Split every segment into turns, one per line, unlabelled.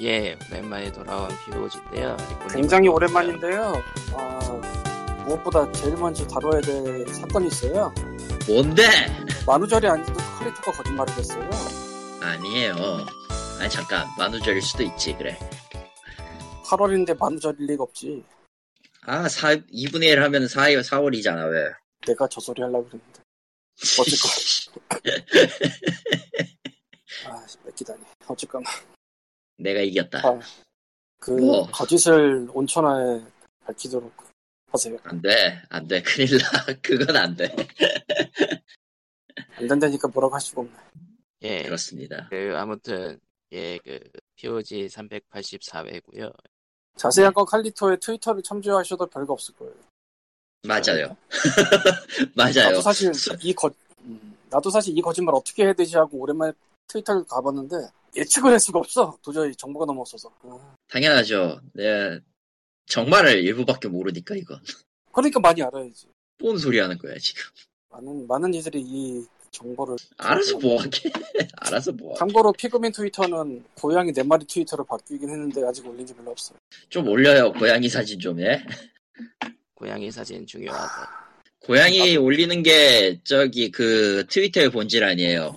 예, 오랜만에 돌아온 비로즈인데요.
굉장히 오랜만인데요. 아, 무엇보다 제일 먼저 다뤄야 될 사건이 있어요.
뭔데?
만우절이 아니고 카리토가 거짓말을 했어요.
아니에요. 아니 잠깐 만우절일 수도 있지 그래.
8월인데 만우절일 리가 없지.
아 4, 2분의 1 하면 4, 4월이잖아 왜?
내가 저 소리 하려고 그랬는데. 어쨌건. 아, 뺏기다니. 어쨌건.
내가 이겼다.
아, 그
뭐.
거짓을 온천하에 밝히도록 하세요.
안 돼. 안 돼. 큰일 나. 그건 안 돼.
안 된다니까 뭐라고 할 수가 없네.
예,
그렇습니다.
그, 아무튼, 예, 그, POG 384회고요
자세한 건 칼리토의 트위터를 참조하셔도 별거 없을 거예요.
맞아요.
나도
맞아요.
사실
수-
이 거, 음, 나도 사실 이 거짓말 어떻게 해야 되지 하고 오랜만에 트위터를 가봤는데 예측을 할 수가 없어. 도저히 정보가 너무 없어서. 아,
당연하죠. 네. 정말을 일부밖에 모르니까 이건.
그러니까 많이 알아야지.
뭔 소리 하는 거야 지금.
많은 많은 이들이 이 정보를
알아서 뭐하게. 알아서 뭐하게.
참고로 피그민 트위터는 고양이 네 마리 트위터로 바뀌긴 했는데 아직 올린 지 별로 없어요.
좀 올려요. 고양이 사진 좀 예. 해.
고양이 사진 중요하다.
고양이 올리는 게 저기 그 트위터의 본질 아니에요.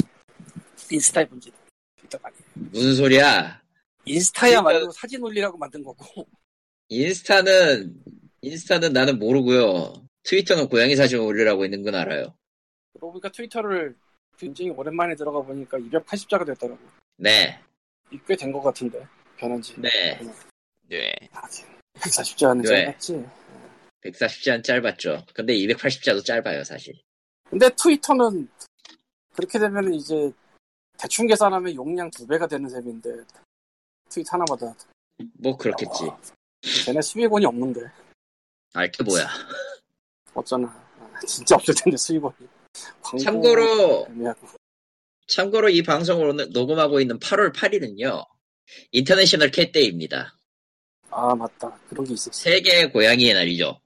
인스타에 본지 트위터가 아니에요.
무슨 소리야? 그러니까
인스타야 아, 말고 사진 올리라고 만든 거고
인스타는 인스타는 나는 모르고요. 트위터는 고양이 사진 올리라고 있는 건 알아요.
그러고 보니까 트위터를 굉장히 오랜만에 들어가 보니까 280자가 됐더라고.
네,
꽤된 것 같은데 변한지. 아,
네.
네.
하긴 140자 하는 줄
네.
알았지.
140장 짧았죠. 근데 280자도 짧아요, 사실.
근데 트위터는 그렇게 되면 이제 대충 계산하면 용량 두 배가 되는 셈인데 트윗 하나마다
뭐 그렇겠지.
와, 쟤네 수익원이 없는데
알게 뭐야.
없잖아. 아, 진짜 없을 텐데 수익원이. 광고
참고로
애매하고.
참고로 이 방송을 오늘 녹음하고 있는 8월 8일은요. 인터내셔널 캣데이입니다.
아 맞다 그런 게 있었어.
세계 고양이의 날이죠.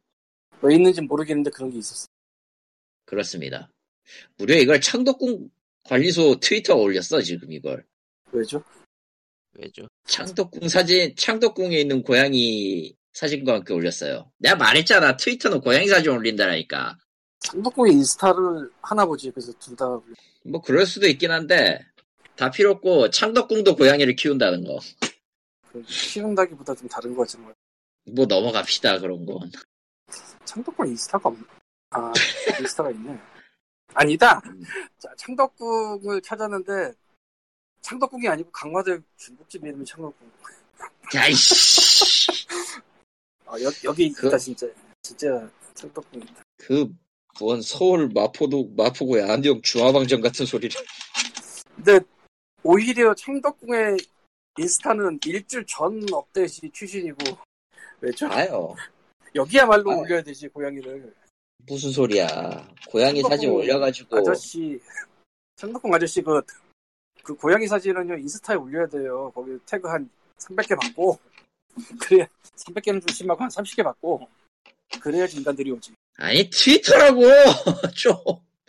왜 있는지 모르겠는데 그런 게 있었어.
그렇습니다. 무려 이걸 창덕궁 관리소 트위터 올렸어, 지금 이걸.
왜죠?
왜죠?
창덕궁 사진, 창덕궁에 있는 고양이 사진과 함께 올렸어요. 내가 말했잖아. 트위터는 고양이 사진 올린다라니까.
삼덕공의 인스타를 하나 보지 그래서 둘 다
뭐, 그럴 수도 있긴 한데, 다 필요 없고, 창덕궁도 고양이를 키운다는 거.
키운다기보다 좀 다른 거지 뭐.
뭐, 넘어갑시다, 그런 건.
창덕궁 인스타가 없나? 아, 인스타가 있네. 아니다! 자, 창덕궁을 찾았는데, 창덕궁이 아니고 강화대 중국집 이름이 창덕궁.
야, 이씨.
아, 여, 여기
그-
있다, 진짜. 진짜 창덕궁이다.
그, 뭔 서울 마포도, 마포구의 안디옥 중화방전 같은 소리를.
근데, 오히려 창덕궁의 인스타는 일주일 전 업데이트 출신이고, 왜죠?
아요.
여기야말로
아유.
올려야 되지, 고양이를.
무슨 소리야. 고양이 사진 올려가지고.
아저씨, 창덕궁 아저씨 그, 그 고양이 사진은요, 인스타에 올려야 돼요. 거기 태그 한 300개 받고, 그래야, 300개는 좀 심하고 한 30개 받고, 그래야지 인간들이 오지.
아니, 트위터라고! 좀.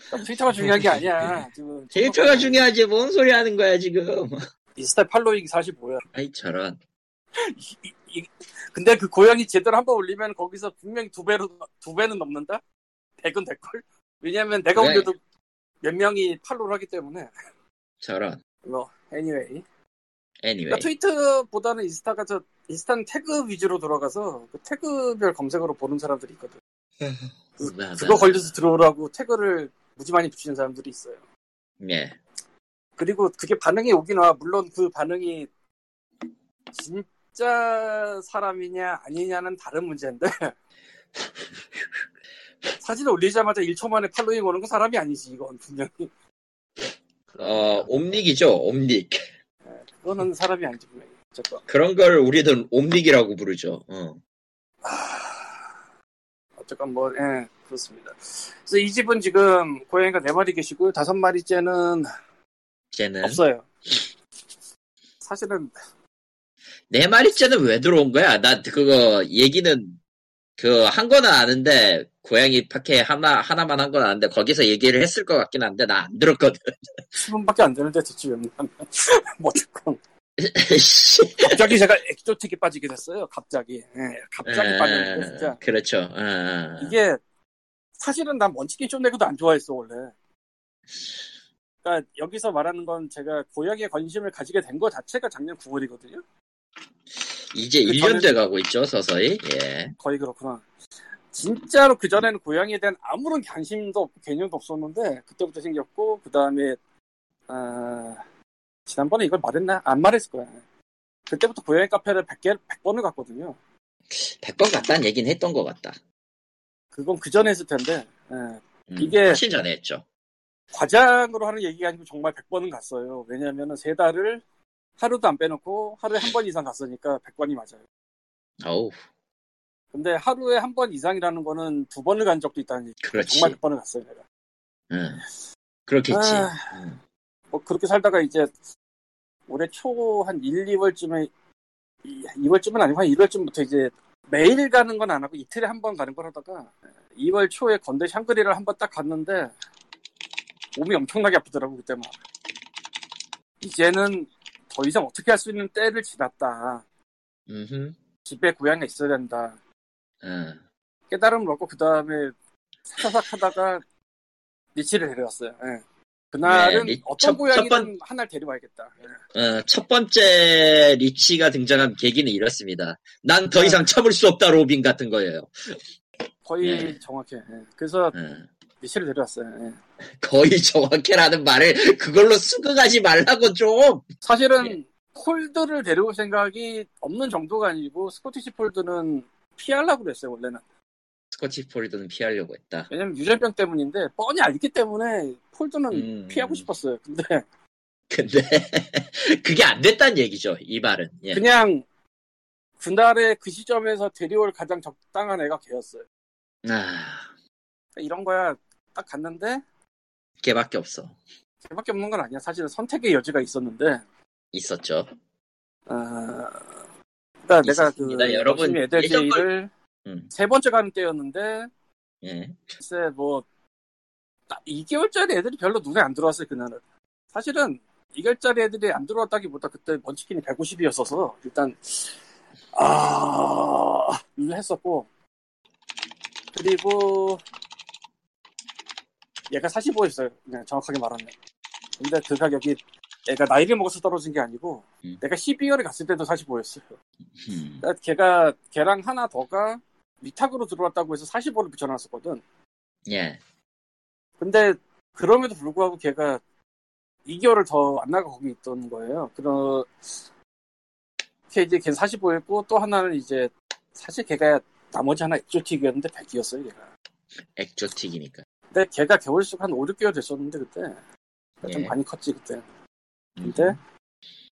그러니까 트위터가 중요한 게 아니야. 지금
네. 트위터가
창덕궁
중요하지. 뭔 소리 하는 거야, 지금.
인스타 팔로잉 45야.
아이, 저런.
근데 그 고양이 제대로 한번 올리면 거기서 분명히 두 배로, 두 배는 넘는다? 100은 될걸? 왜냐면 내가
왜?
올려도 몇 명이 팔로우를 하기 때문에.
저런.
뭐, anyway.
Anyway.
그러니까 트위터보다는 인스타가 저 인스타는 태그 위주로 돌아가서 그 태그별 검색으로 보는 사람들이 있거든.
음, 나, 나.
그거 걸려서 들어오라고 태그를 무지 많이 붙이는 사람들이 있어요.
예.
그리고 그게 반응이 오긴 와. 물론 그 반응이 진짜 사람이냐 아니냐는 다른 문제인데 사진을 올리자마자 1초 만에 팔로잉 오는 건 사람이 아니지 이건 분명히
어, 옴닉이죠, 옴닉.
그거는 사람이 아니지 분명히 어쨌건
그런 걸 우리는 옴닉이라고 부르죠. 어.
어쨌건 뭐, 예, 그렇습니다. 그래서 이 집은 지금 고양이가 네 마리 계시고요. 다섯 마리째는
쟤는.
없어요. 사실은
네 마리째는 왜 들어온 거야? 나 그거 얘기는 그 한 거는 아는데 고양이 파케 하나 하나만 한 건 아는데 거기서 얘기를 했을 것 같긴 한데 나 안 들었거든.
10분밖에 안 되는데 듣지 웬만하면. 뭐 어쨌건
씨.
갑자기 제가 액조틱에 빠지게 됐어요. 갑자기. 예, 갑자기 빠졌는데 진짜.
아, 그렇죠. 아, 아.
이게 사실은 난 먼치킨 쇼네그도 안 좋아했어 원래. 그러니까 여기서 말하는 건 제가 고약에 관심을 가지게 된 거 자체가 작년 9월이거든요.
이제
그
1년
저는-
돼가고 있죠, 서서히. 예.
거의 그렇구나. 진짜로 그전에는 고양이에 대한 아무런 관심도 없고 개념도 없었는데 그때부터 생겼고 그 다음에 아, 지난번에 이걸 말했나? 안 말했을 거야. 그때부터 고양이 카페를 100개, 100번을 갔거든요.
100번 갔다는 얘기는 했던 것 같다.
그건 그전에 했을 텐데 예,
음,
이게-
훨씬 전에 했죠.
과장으로 하는 얘기가 아니고 정말 100번은 갔어요. 왜냐하면 세 달을 하루도 안 빼놓고 하루에 한 번 이상 갔으니까 100번이 맞아요.
어우,
근데 하루에 한 번 이상이라는 거는 두 번을 간 적도 있다는 얘기.
그렇지.
정말 100번을 갔어요. 내가.
응. 그렇겠지.
아.
음.
뭐 그렇게 살다가 이제 올해 초 한 1, 2월쯤에 2월쯤은 아니고 한 1월쯤부터 이제 매일 가는 건 안 하고 이틀에 한 번 가는 걸 하다가 2월 초에 건대 샹그리를 한 번 딱 갔는데 몸이 엄청나게 아프더라고 그때 막 이제는 더 이상 어떻게 할 수 있는 때를 지났다
음흠. 예.
집에 고양이가 있어야 된다
응.
깨달음을 얻고 그 다음에 사사삭 하다가 리치를 데려왔어요 예. 그날은
네, 리-
어떤
첫- 첫
고양이든
번-
하나를 데려와야겠다 예.
어, 첫 번째 리치가 등장한 계기는 이렇습니다. 난 더
네.
이상 참을 수 없다 로빈 같은 거예요.
거의
네.
정확해. 예. 그래서
응.
미치를 데려왔어요. 예.
거의 정확해라는 말을 그걸로 수긍하지 말라고 좀. 예.
사실은 폴드를 데려올 생각이 없는 정도가 아니고 스코티시 폴드는 피하려고 그랬어요 원래는.
스코치 폴드는 피하려고 했다.
왜냐면 유전병 때문인데 뻔히 알기 때문에 폴드는
음.
피하고 싶었어요. 근데
근데 그게 안 됐단 얘기죠. 이 말은. 예.
그냥 그날의 그 시점에서 데려올 가장 적당한 애가 걔였어요.
아,
그러니까 이런 거야. 딱 갔는데
걔밖에 없어.
걔밖에 없는 건 아니야. 사실은 선택의 여지가 있었는데.
있었죠.
아, 그러니까 내가 그
있었습니다. 여러분,
열심히 애들
예전 걸-
제의를
음.
세 번째 가는 때였는데
예.
글쎄 뭐 2개월짜리 애들이 별로 눈에 안 들어왔어요 그날은 사실은 2개월짜리 애들이 안 들어왔다기보다 그때 먼치킨이 150이었어서 일단 아 했었고 그리고 얘가 45였어요 그냥 정확하게 말하면 근데 그 가격이 애가 나이를 먹어서 떨어진 게 아니고
음.
내가 12월에 갔을 때도 45였어요
음.
그러니까 걔가 걔랑 하나 더가 위탁으로 들어왔다고 해서 45를 붙여놨었거든
예.
근데 그럼에도 불구하고 걔가 2개월을 더 안 나가 거기 있던 거예요. 그렇게 이제 걔는 45였고 또 하나는 이제 사실 걔가 나머지 하나 액조틱이었는데 100이었어요 걔가.
액조틱이니까.
근데 걔가 개월수가 한 5, 6개월 됐었는데 그때 좀
예. 음.
많이 컸지 그때. 근데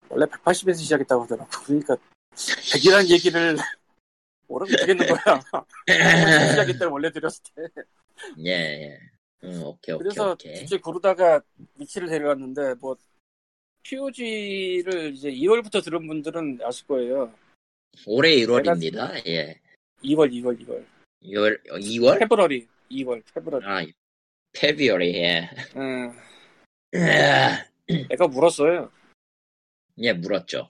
원래 180에서 시작했다고 하더라고. 그러니까 100이라는 얘기를 뭐라고 되겠는 거야. 180 시작했대 원래 들였을 때.
예, 예. 음, 오케이, 오케이,
그래서
오케이.
이제 고르다가 미치를 데려왔는데 뭐 POG를 이제 2월부터 들은 분들은 아실 거예요.
올해 1월입니다. 예.
2월, 2월, 2월.
2월, 2월?
페브러리, 2월, 페브러리.
아, 페비어리, 예.
응.
예,
애가 물었어요.
예, 물었죠.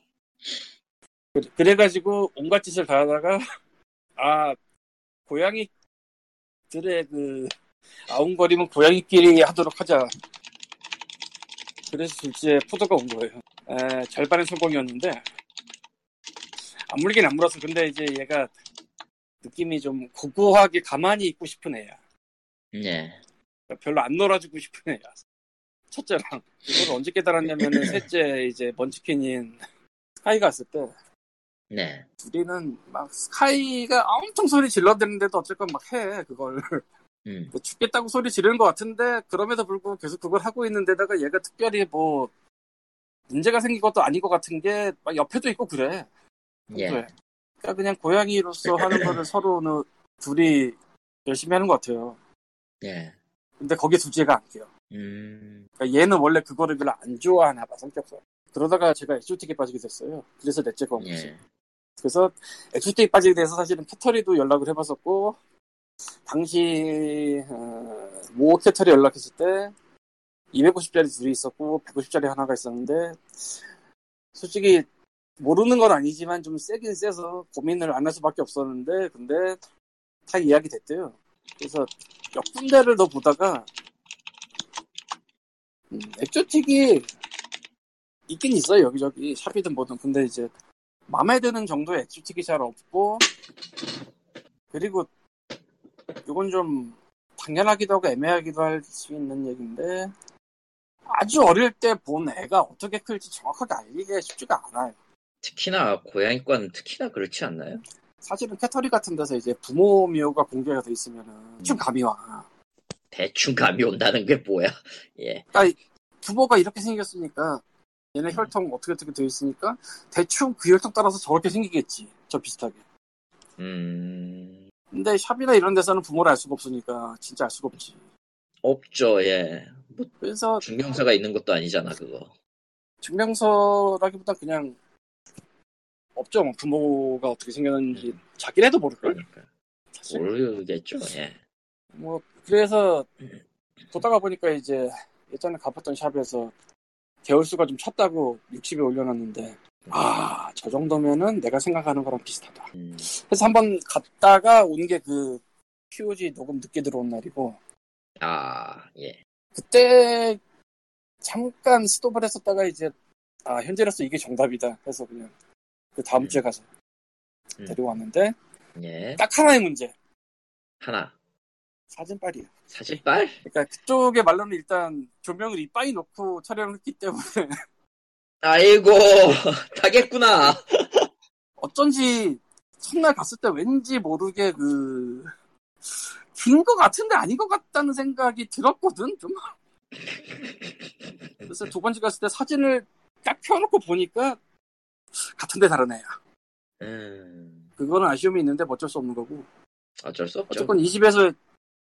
그- 그래가지고 온갖 짓을 다 하다가 아 고양이들의 그 아웅거림은 고양이끼리 하도록 하자. 그래서 둘째 포도가 온 거예요. 에, 절반은 성공이었는데 안 물긴 안 물었어. 근데 이제 얘가 느낌이 좀 고고하게 가만히 있고 싶은 애야. 그러니까
예.
별로 안 놀아주고 싶은 애야. 첫째랑 이걸 언제 깨달았냐면 셋째 이제 먼치킨인 스카이가 왔을 때
네.
둘이는 막 스카이가 엄청 소리 질러대는데도 어쨌건 막 해 그걸
음.
뭐 죽겠다고 소리 지르는 것 같은데 그럼에도 불구하고 계속 그걸 하고 있는데다가 얘가 특별히 뭐 문제가 생긴 것도 아닌 것 같은 게 막 옆에도 있고 그래
예.
평소에. 그러니까 그냥 고양이로서 하는 거를 서로는 둘이 열심히 하는 것 같아요
예. 근데
근데 거기에 둘째가 안 껴요
음.
그러니까 얘는 원래 그거를 별로 안 좋아하나 봐 성격상 그러다가 제가 엑소틱에 빠지게 됐어요 그래서 넷째가 온 거지
예.
그래서 엑스테이 빠지게 돼서 사실은 캐터리도 연락을 해봤었고 당시 어, 모 캐터리 연락했을 때 250짜리 둘이 있었고 150짜리 하나가 있었는데 솔직히 모르는 건 아니지만 좀 세긴 세서 고민을 안 할 수밖에 없었는데 근데 다 이야기 됐대요. 그래서 몇 군데를 더 보다가 음, 액조틱이 있긴 있어요 여기저기 샵이든 뭐든 근데 이제 마음에 드는 정도의 액조틱이 잘 없고 그리고 이건 좀 당연하기도 하고 애매하기도 할 수 있는 얘기인데 아주 어릴 때 본 애가 어떻게 클지 정확하게 알기가 쉽지가 않아요.
특히나 고양이 건 특히나 그렇지 않나요?
사실은 캐터리 같은 데서 이제 부모 미호가 공개가 돼 있으면은 좀 감이 와.
대충 감이 온다는 게 뭐야? 예.
부모가 이렇게 생겼으니까 얘네 혈통 어떻게 어떻게 돼 있으니까 대충 그 혈통 따라서 저렇게 생기겠지. 저 비슷하게.
음.
근데 샵이나 이런 데서는 부모를 알 수가 없으니까 진짜 알 수가 없지.
없죠. 예.
그래서
중경사가 있는 것도 아니잖아 그거.
증명서라기보단 그냥 없죠. 뭐 부모가 어떻게 생겼는지 자기네도 모를걸.
그러니까
사실.
모르겠죠. 예.
뭐 그래서 보다가 보니까 이제 예전에 가봤던 샵에서 개월수가 좀 찼다고 60에 올려놨는데 아 저 정도면은 내가 생각하는 거랑 비슷하다
음.
그래서 한번 갔다가 온 게 그 POG 녹음 늦게 들어온 날이고
아 예.
그때 잠깐 스톱을 했었다가 이제 아 현재로서 이게 정답이다 해서 그냥 그 다음
음.
주에 가서
음.
데려왔는데
예.
딱 하나의 문제
하나
사진빨이야
사진빨.
그러니까 그쪽의 말로는 일단 조명을 이빠이 놓고 촬영을 했기 때문에
아이고 가겠구나.
어쩐지 첫날 갔을 때 왠지 모르게 그, 긴 것 같은데 아닌 것 같다는 생각이 들었거든, 좀. 그래서 두 번째 갔을 때 사진을 딱 펴놓고 보니까 같은데 다르네.
음.
그거는 아쉬움이 있는데 어쩔 수 없는 거고.
어쩔 수 없죠.
어쨌건 이 집에서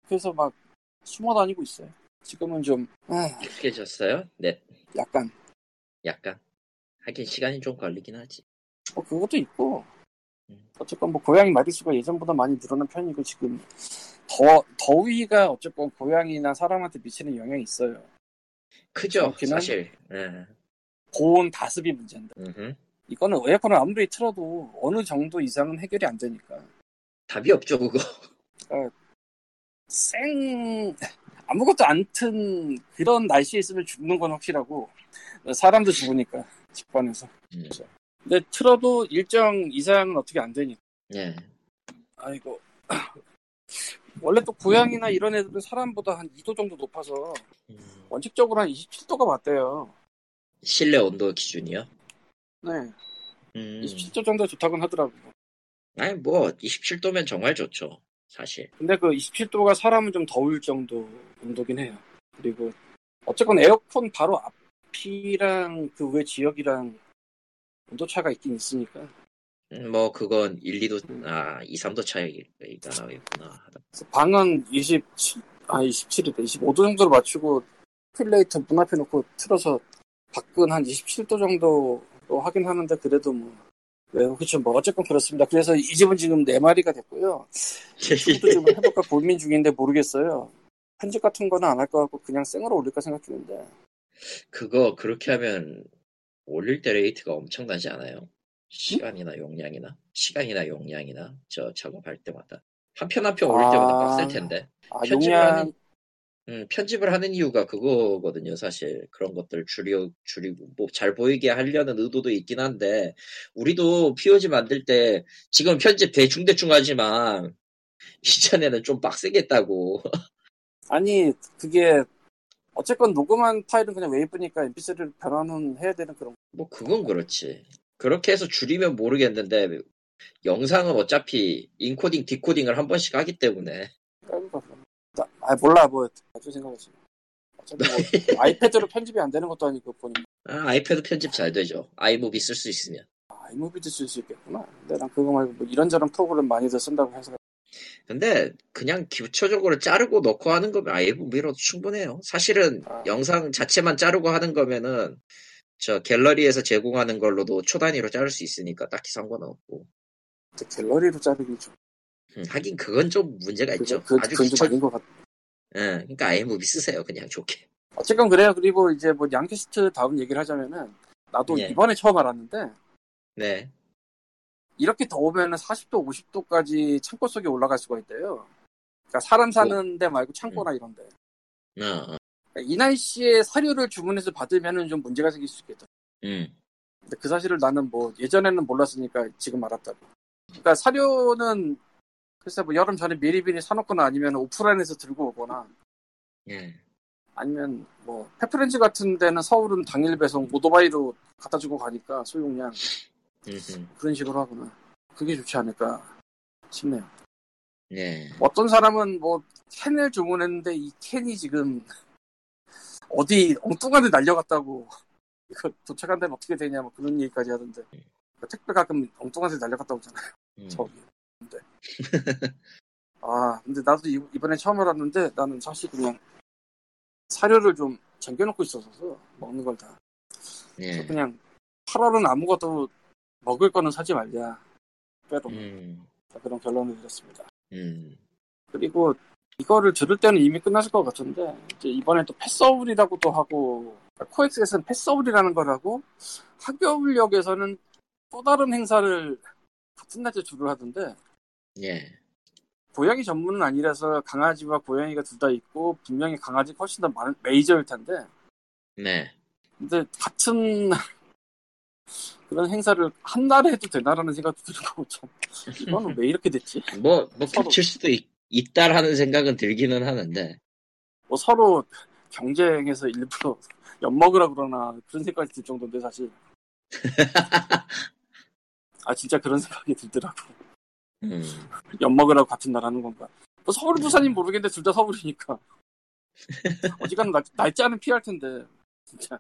그래서 막 숨어 다니고 있어요. 지금은 좀, 에,
익숙해졌어요? 네.
약간,
약간. 하긴 시간이 좀 걸리긴 하지.
뭐 그것도 있고. 어쨌건 뭐 고양이 마리수가 예전보다 많이 늘어난 편이고 지금 더 더위가 어쨌건 고양이나 사람한테 미치는 영향이 있어요.
크죠,
그렇긴
사실. 예.
고온 다습이 문제인데
음흠.
이거는 에어컨을 아무리 틀어도 어느 정도 이상은 해결이 안 되니까
답이 없죠, 그거.
생 아무것도 안 튼 그런 날씨에 있으면 죽는 건 확실하고 사람도 죽으니까 직관에서
음.
근데 틀어도 일정 이상은 어떻게 안 되니까
예.
아이고 원래 또 고양이나 이런 애들은 사람보다 한 2도 정도 높아서
음.
원칙적으로 한 27도가 맞대요.
실내 온도 기준이요?
네,
음.
27도 정도 좋다고 하더라고요.
아니, 뭐, 27도면 정말 좋죠, 사실.
근데 그 27도가 사람은 좀 더울 정도 온도긴 해요. 그리고 어쨌건 에어컨 바로 앞이랑 그 외 지역이랑 온도 차가 있긴 있으니까
음, 뭐, 그건 1, 2도, 아, 2, 3도 차이가 나겠구나.
그래서 방은 27, 아 27이다. 25도 정도로 맞추고 쿨레이터 문 앞에 놓고 틀어서 밖은 한 27도 정도로 하긴 하는데 그래도 뭐 네, 그렇죠. 뭐 어쨌건 그렇습니다. 그래서 이 집은 지금 네 마리가 됐고요. 그것도 지금 해볼까 고민 중인데 모르겠어요. 편집 같은 거는 안 할 것 같고 그냥 생으로 올릴까 생각 중인데
그거, 그렇게 하면, 올릴 때 레이트가 엄청나지 않아요? 시간이나 용량이나, 시간이나 용량이나, 저 작업할 때마다. 한 편 한 편 올릴 때마다
아.
빡셀 텐데.
아
편집을
용량
하는 음, 편집을 하는 이유가 그거거든요, 사실. 그런 것들 줄여, 줄이고, 뭐, 잘 보이게 하려는 의도도 있긴 한데, 우리도 POG 만들 때, 지금 편집 대충대충 하지만, 이전에는 좀 빡세겠다고.
아니 그게 어쨌건 녹음한 파일은 그냥 웨이브니까 mp3를 변환은 해야 되는 그런
뭐, 그건 그렇지. 그렇게 해서 줄이면 모르겠는데, 영상은 어차피 인코딩, 디코딩을 한 번씩 하기 때문에,
깔고 아 몰라 뭐 아주 생각하지 어차피
네.
뭐 아이패드로 편집이 안 되는 것도 아니고 보니까
아, 아이패드 편집 잘 되죠. 아이무비 쓸 수 있으면.
아이무비도 쓸 수 있겠구나 근데 난 그거 말고 뭐 이런저런 프로그램 많이들 쓴다고 해서
근데 그냥 기초적으로 자르고 넣고 하는 거면 아예 무비로도 충분해요. 사실은
아.
영상 자체만 자르고 하는 거면은 저 갤러리에서 제공하는 걸로도 초단위로 자를 수 있으니까 딱히 상관은 없고.
근데 갤러리로 자르긴 좀
음, 하긴 그건 좀 문제가
그거-
있죠.
그,
아주
그건 좀
기초.
아닌 것 같아
예, 그러니까 아예 무비 쓰세요. 그냥 좋게.
어쨌건 그래요 그리고 이제 뭐 양캐스트 다음 얘기를 하자면은 나도
예.
이번에 처음 알았는데
네.
이렇게 더우면은 40도, 50도까지 창고 속에 올라갈 수가 있대요. 그러니까 사람 사는 데 말고 창고나 이런 데.
어, 어.
그러니까 이 날씨에 사료를 주문해서 받으면은 좀 문제가 생길 수 있겠다.
음.
근데 그 사실을 나는 뭐 예전에는 몰랐으니까 지금 알았다고. 그러니까 사료는 글쎄 뭐 여름 전에 미리미리 사놓거나 아니면 오프라인에서 들고 오거나
예.
아니면 뭐 페프렌즈 같은 데는 서울은 당일 배송 오토바이로 갖다 주고 가니까 소용량
음흠.
그런 식으로 하구나. 그게 좋지 않을까 싶네요.
예.
어떤 사람은 뭐 캔을 주문했는데 이 캔이 지금 어디 엉뚱한 데 날려갔다고 이거 도착한 데는 어떻게 되냐 뭐 그런 얘기까지 하던데 그 택배 가끔 엉뚱한 데 날려갔다고 하잖아요
음.
저기 근데 아 근데 나도 이- 이번에 처음 알았는데 나는 사실 그냥 사료를 좀 쟁겨놓고 있어서 먹는 걸다
예.
그냥 8월은 아무것도 먹을 거는 사지 말자 빼도
음.
그런 결론을 내렸습니다
음.
그리고 이거를 들을 때는 이미 끝났을 것 같은데 이제 이번에 또 패서울이라고 또 하고 코엑스에서는 패서울이라는 걸 하고 학교울역에서는 또 다른 행사를 같은 날짜 주를 하던데
예.
고양이 전문은 아니라서 강아지와 고양이가 둘 다 있고 분명히 강아지가 훨씬 더 많은 메이저일 텐데
네.
근데 같은 그런 행사를 한 날에 해도 되나라는 생각도 들고 참 이거는 왜 이렇게 됐지?
뭐, 뭐
서로.
겹칠 수도 있, 있다라는 생각은 들기는 하는데.
뭐 서로 경쟁해서 일부러 엿먹으라 그러나 그런 생각이 들 정도인데 사실 아 진짜 그런 생각이 들더라고
음.
엿먹으라고 같은 날 하는 건가 뭐 서울 부산이 모르겠는데 둘 다 서울이니까 어지간한 날, 날짜는 피할 텐데 진짜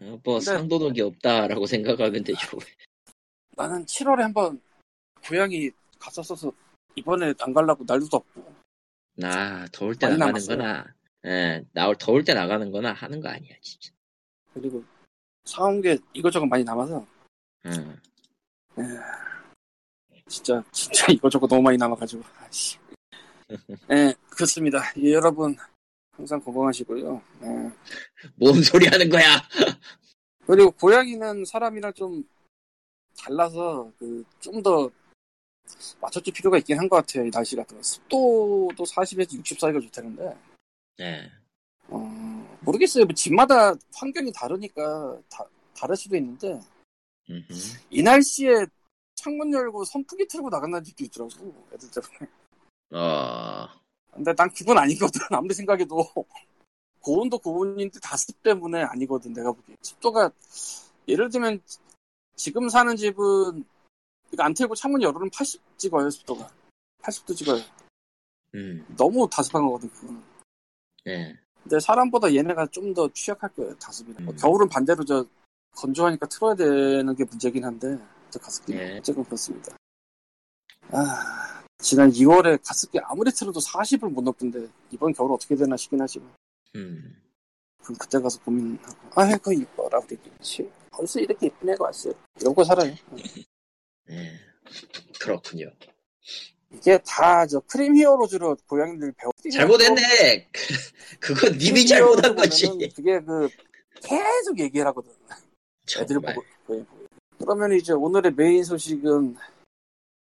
어, 뭐
근데-
상도덕이 없다라고 생각하면 되죠.
나는 7월에 한번 고향이 갔었어서 이번에 안 가려고 날도 덥고
나 더울 때
많이
나가는
남았어요.
거나, 예, 나올 더울 때 나가는 거나 하는 거 아니야, 진짜.
그리고 사온 게 이것저것 많이 남아서
응.
진짜 진짜 이것저것 너무 많이 남아가지고 아씨 예 그렇습니다 예, 여러분 항상 건강하시고요 예.
뭔 소리 하는 거야?
그리고 고양이는 사람이랑 좀 달라서 그 좀 더 맞춰줄 필요가 있긴 한 것 같아요. 이 날씨 같은 거 습도도 40에서 60 사이가 좋다는데
예.
어, 모르겠어요. 뭐 집마다 환경이 다르니까 다, 다를 수도 있는데
음흠.
이 날씨에 창문 열고 선풍기 틀고 나간다는 집도 있더라고 애들 때문에.
어,
근데 난 그건 아니거든. 아무리 생각해도 고온도 고온인데 다습 때문에 아니거든. 내가 보기엔 습도가 예를 들면 지금 사는 집은 이거 안 틀고 창문 열어놓으면 80 찍어요 습도가 80도 찍어요.
음,
너무 다습한 거거든. 그거는.
예.
근데 사람보다 얘네가 좀 더 취약할 거예요 다습이랑.
음.
겨울은 반대로 저 건조하니까 틀어야 되는 게 문제긴 한데 저 가습기
예.
어쨌건 그렇습니다. 아 지난 2월에 가습기 아무리 틀어도 40을 못 넘던데 이번 겨울 어떻게 되나 싶긴 하지만.
음.
그럼 그때 가서 고민하고 아이고 이뻐라 우리 그치 벌써 이렇게 예쁜 애가 왔어요 이러고 살아요
예. 그렇군요.
이게 다 저 크림 히어로즈로 고양이들 배워 뭐
잘못했네. 그- 그건 님이
크림
잘못한
히어로즈
거지.
보면은 그게 그 계속 얘기를 하거든 애들
정말.
보고 보고. 그러면 이제 오늘의 메인 소식은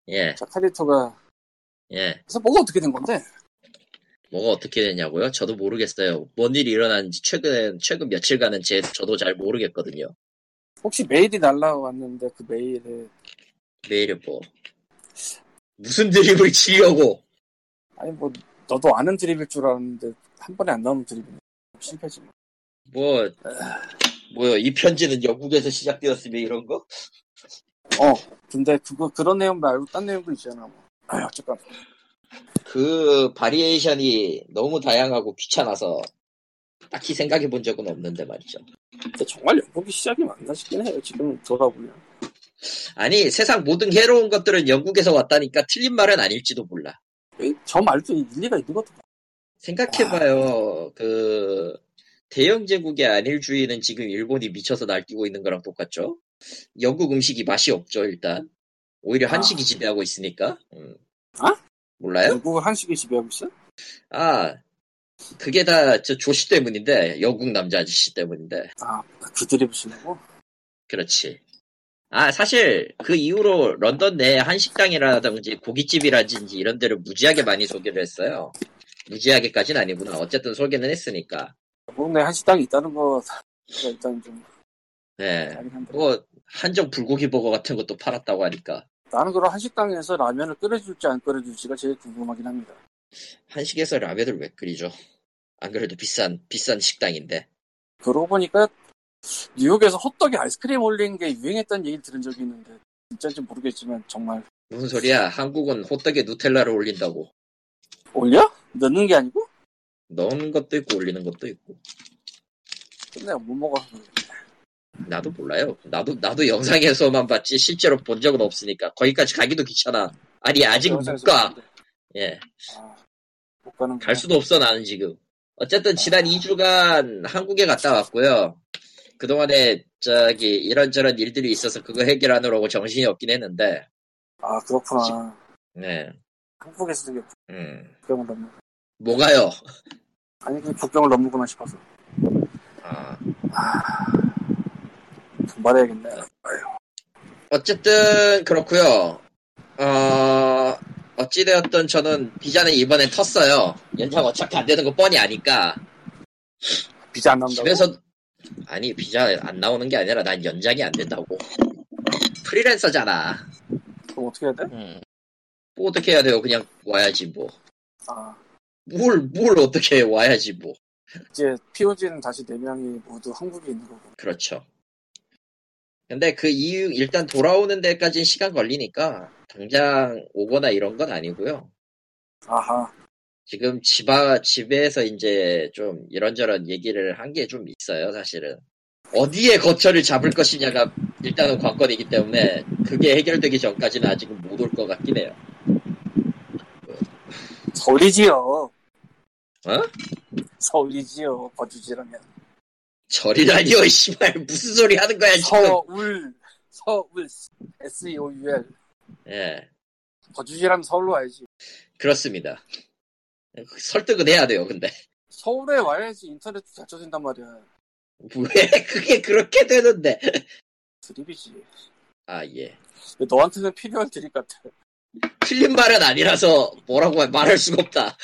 예,
자 카리토가
예.
그래서 뭐가 어떻게 된 건데
뭐가 어떻게 되냐고요? 저도 모르겠어요. 뭔 일이 일어났는지 최근, 최근 며칠간은 제, 저도 잘 모르겠거든요.
혹시 메일이 날라왔는데 그 메일에
매일은 뭐. 무슨 드립을 치려고.
아니 뭐 너도 아는 드립일 줄 알았는데 한 번에 안 나오는 드립이네 실패지 뭐.
뭐, 뭐요. 이 편지는 영국에서 시작되었으면 이런 거?
어 근데 그거 그런 내용 말고 딴 내용도 있잖아 뭐. 아 어쨌건
그 바리에이션이 너무 다양하고 귀찮아서 딱히 생각해 본 적은 없는데 말이죠.
근데 정말 영국이 시작이 맞나 싶긴 해요. 지금 돌아보면.
아니, 세상 모든 해로운 것들은 영국에서 왔다니까 틀린 말은 아닐지도 몰라.
이저 말도 일리가 있는 것도
생각해봐요. 그 대영 제국의 안일주의는 지금 일본이 미쳐서 날뛰고 있는 거랑 똑같죠. 영국 음식이 맛이 없죠 일단. 오히려
아.
한식이 지배하고 있으니까. 음.
아?
몰라요?
영국은 한식이 지배하고 있어?
아 그게 다 저 조씨 때문인데 영국 남자 아저씨 때문인데
아, 그 드립을 쓰려고?
그렇지. 아, 사실 그 이후로 런던 내 한식당이라든지 고깃집이라든지 이런 데를 무지하게 많이 소개를 했어요. 무지하게까지는 아니구나. 어쨌든 소개는 했으니까.
전국 내 한식당이 있다는 거가 일단 좀
네.
다르긴 한데
그거 한정 불고기 버거 같은 것도 팔았다고 하니까.
나는 그런 한식당에서 라면을 끓여줄지 안 끓여줄지가 제일 궁금하긴 합니다.
한식에서 라면을 왜 끓이죠? 안 그래도 비싼, 비싼 식당인데.
그러고 보니까 뉴욕에서 호떡에 아이스크림 올린 게 유행했던 얘기를 들은 적이 있는데 진짜인지 모르겠지만 정말
무슨 소리야? 한국은 호떡에 누텔라를 올린다고.
올려? 넣는 게 아니고?
넣는 것도 있고 올리는 것도 있고.
내가 못 먹어.
나도 몰라요. 나도, 나도 영상에서만 봤지 실제로 본 적은 없으니까. 거기까지 가기도 귀찮아. 아니, 아직 못 가. 예.
아, 못 가는
갈 수도 없어 나는 지금. 어쨌든 지난 2주간 한국에 갔다 왔고요. 그동안에 저기 이런저런 일들이 있어서 그거 해결하느라고 정신이 없긴 했는데.
아 그렇구나.
네.
한국에서 되게
음.
국경을 넘는
뭐가요?
아니 그 국경을 넘는구나 싶어서
아.
분발해야겠네.
어쨌든 그렇고요. 어 어찌되었든 저는 비자는 이번에 텄어요. 연장 어차피 안 되는 거 뻔히 아니까
비자 안 나온다고?
집에서 아니 비자 안 나오는 게 아니라 난 연장이 안 된다고. 프리랜서잖아.
그럼 어떻게 해야 돼?
음,
뭐 어떻게 해야 돼요? 그냥 와야지 뭐.
아
뭘, 뭘 어떻게 해, 와야지 뭐.
이제 POG는 다시 네 명이 모두 한국에 있는 거고.
그렇죠. 근데 그 이유, 일단 돌아오는 데까지는 시간 걸리니까, 당장 오거나 이런 건 아니고요.
아하.
지금 집아, 집에서 이제 좀 이런저런 얘기를 한 게 좀 있어요, 사실은. 어디에 거처를 잡을 것이냐가 일단은 관건이기 때문에 그게 해결되기 전까지는 아직은 못 올 것 같긴 해요.
서울이지요. 어? 서울이지요. 거주지라면.
절이라니요, 씨발. 무슨 소리 하는 거야, 지금.
서울. 서울. E S-E-O-U-L.
예.
거주지라면 서울로 와야지.
그렇습니다. 설득은 해야 돼요, 근데.
서울에 와야지 인터넷도 잘 쳐진단 말이야.
왜 그게 그렇게 되는데?
드립이지.
아, 예.
근데 너한테는 필요한 드립 같아.
틀린 말은 아니라서 뭐라고 말할 수가 없다.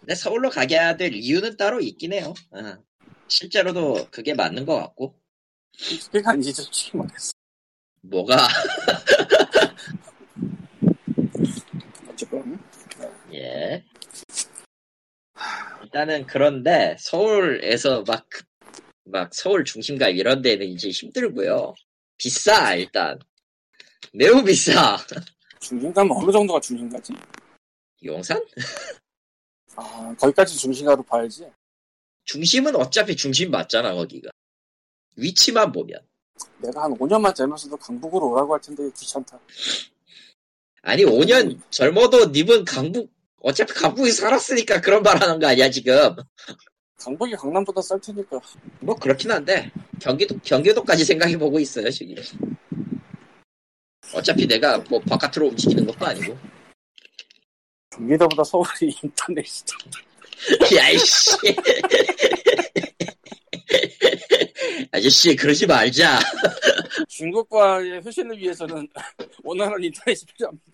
근데 서울로 가게 될 이유는 따로 있긴 해요. 아, 실제로도 그게 맞는 것 같고.
그러니까 이제 솔직히 말했어.
뭐가,
어쨌건.
예. 일단은 그런데 서울에서 막, 그- 막 서울 중심가 이런 데는 이제 힘들고요. 비싸, 일단. 매우 비싸.
중심가면 어느 정도가 중심가지?
용산?
아, 거기까지 중심가로 봐야지.
중심은 어차피 중심 맞잖아 거기가 위치만 보면
내가 한 5년만 젊었어도 강북으로 오라고 할 텐데 귀찮다.
아니 5년 젊어도 님은 강북 어차피 강북에 살았으니까 그런 말 하는 거 아니야 지금
강북이 강남보다 쌀 테니까.
뭐 그렇긴 한데 경기도 경기도까지 생각해 보고 있어요 지금 어차피 내가 뭐 바깥으로 움직이는 것도 아니고
경기도보다 서울이 인터넷이 더.
야이씨 아저씨 그러지 말자
중국과의 회신을 위해서는 원활한 인터넷이 필요합니다.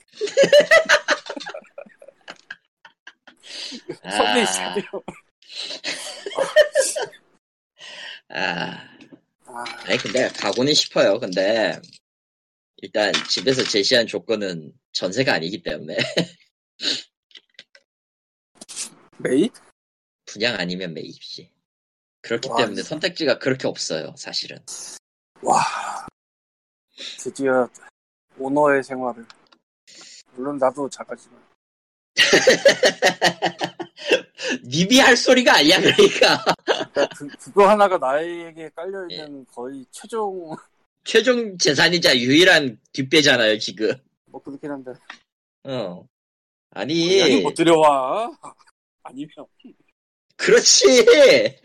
선배
아,
있어요.
아.
아,
아니 근데 가고는 싶어요. 근데 일단 집에서 제시한 조건은 전세가 아니기 때문에
메이?
분양 아니면 매입시. 그렇기
와,
때문에
진짜.
선택지가 그렇게 없어요. 사실은
와, 드디어 오너의 생활을. 물론 나도 작가지만.
님이 할 소리가 아니야 그러니까
그러니까 그, 그거 하나가 나에게 깔려있는 거의 최종,
최종 재산이자 유일한 뒷배잖아요 지금.
뭐 그렇긴 한데.
어
고양이
아니
못 들여와. 아니면,
그렇지.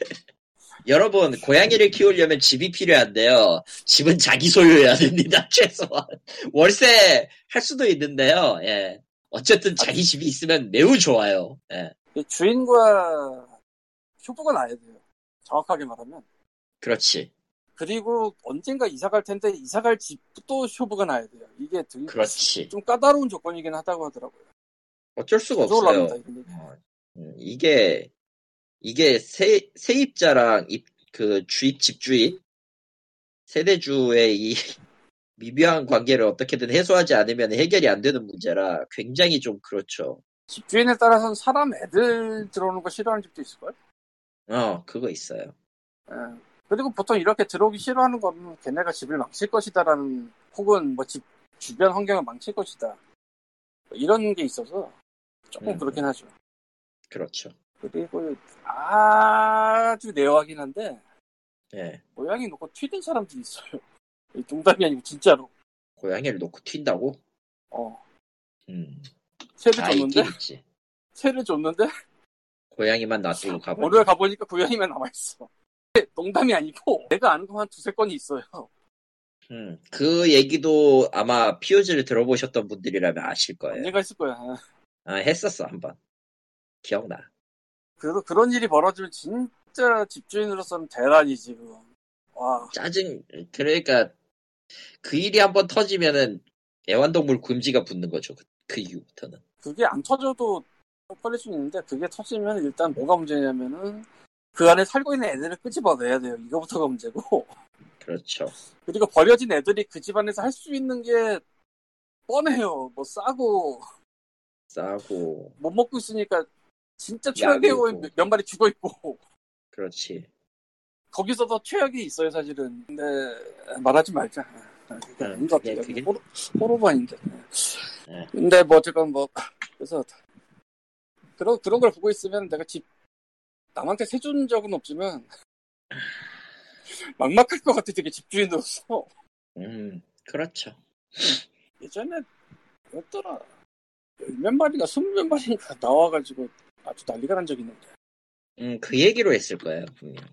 여러분 고양이를 키우려면 집이 필요한데요. 집은 자기 소유해야 됩니다. 최소한 월세 할 수도 있는데요. 예. 어쨌든 자기 집이 있으면 매우 좋아요. 예.
이 주인과 효부가 나야 돼요. 정확하게 말하면.
그렇지.
그리고 언젠가 이사 갈 텐데 이사 갈 집도 쇼부가 나야 돼요. 이게 되게
그렇지.
좀 까다로운 조건이긴 하다고 하더라고요.
어쩔 수가 없어요.
저올라옵니다 이런 얘기.
음, 이게 이게 세, 세입자랑 입, 그 주입 집주입 세대주의 이 미묘한 관계를 어떻게든 해소하지 않으면 해결이 안 되는 문제라 굉장히 좀 그렇죠.
집주인에 따라서는 사람 애들 들어오는 거 싫어하는 집도 있을걸?
어 그거 있어요.
예. 그리고 보통 이렇게 들어오기 싫어하는 거는 걔네가 집을 망칠 것이다라는 혹은 뭐 집 주변 환경을 망칠 것이다 뭐 이런 게 있어서 조금
음.
그렇긴 하죠.
그렇죠.
그리고 아주 내어하긴 한데
예
고양이 놓고 튀는 사람들이 있어요. 이 농담이 아니고 진짜로.
고양이를 놓고 튄다고.
어.
음.
새를
아
줬는데
있긴 있지.
새를 줬는데
고양이만 놔두고 가보.
월요일 가보니까 고양이만 남아 있어. 농담이 아니고 내가 아는 거한 두세 건이 있어요.
음, 그 얘기도 아마 POG를 들어보셨던 분들이라면 아실 거예요.
언젠가 있을 거야.
아, 했었어, 한번. 기억나.
그래도 그런 일이 벌어지면 진짜 집주인으로서는 대란이지 그거. 와
짜증, 그러니까, 그 일이 한번 터지면은 애완동물 금지가 붙는 거죠. 그, 그 이후부터는.
그게 안 터져도 꺼낼 수 있는데 그게 터지면 일단 뭐가 문제냐면은 그 안에 살고 있는 애들을 끄집어내야 돼요. 이거부터가 문제고
그렇죠.
그리고 버려진 애들이 그 집안에서 할 수 있는 게 뻔해요. 뭐 싸고
싸고,
못 먹고 있으니까 진짜 최악의
약이고.
오면 몇 마리 죽어 있고
그렇지.
거기서도 최악이 있어요 사실은. 근데 말하지 말자. 아, 그게
음,
아닌 것
그게-
같아요.
그게-
호로, 호로반인데.
네.
근데 뭐 어쨌건 뭐 그래서 그런 그런 걸 보고 있으면 내가 집 남한테 세준 적은 없지만 막막할 것 같아 되게 집주인으로서
음, 그렇죠.
예전에 뭐더라 열몇 마리가 스무 몇 마리가 나와가지고 아주 난리가 난 적이 있는데
음, 그 얘기로 했을 거예요, 분명히.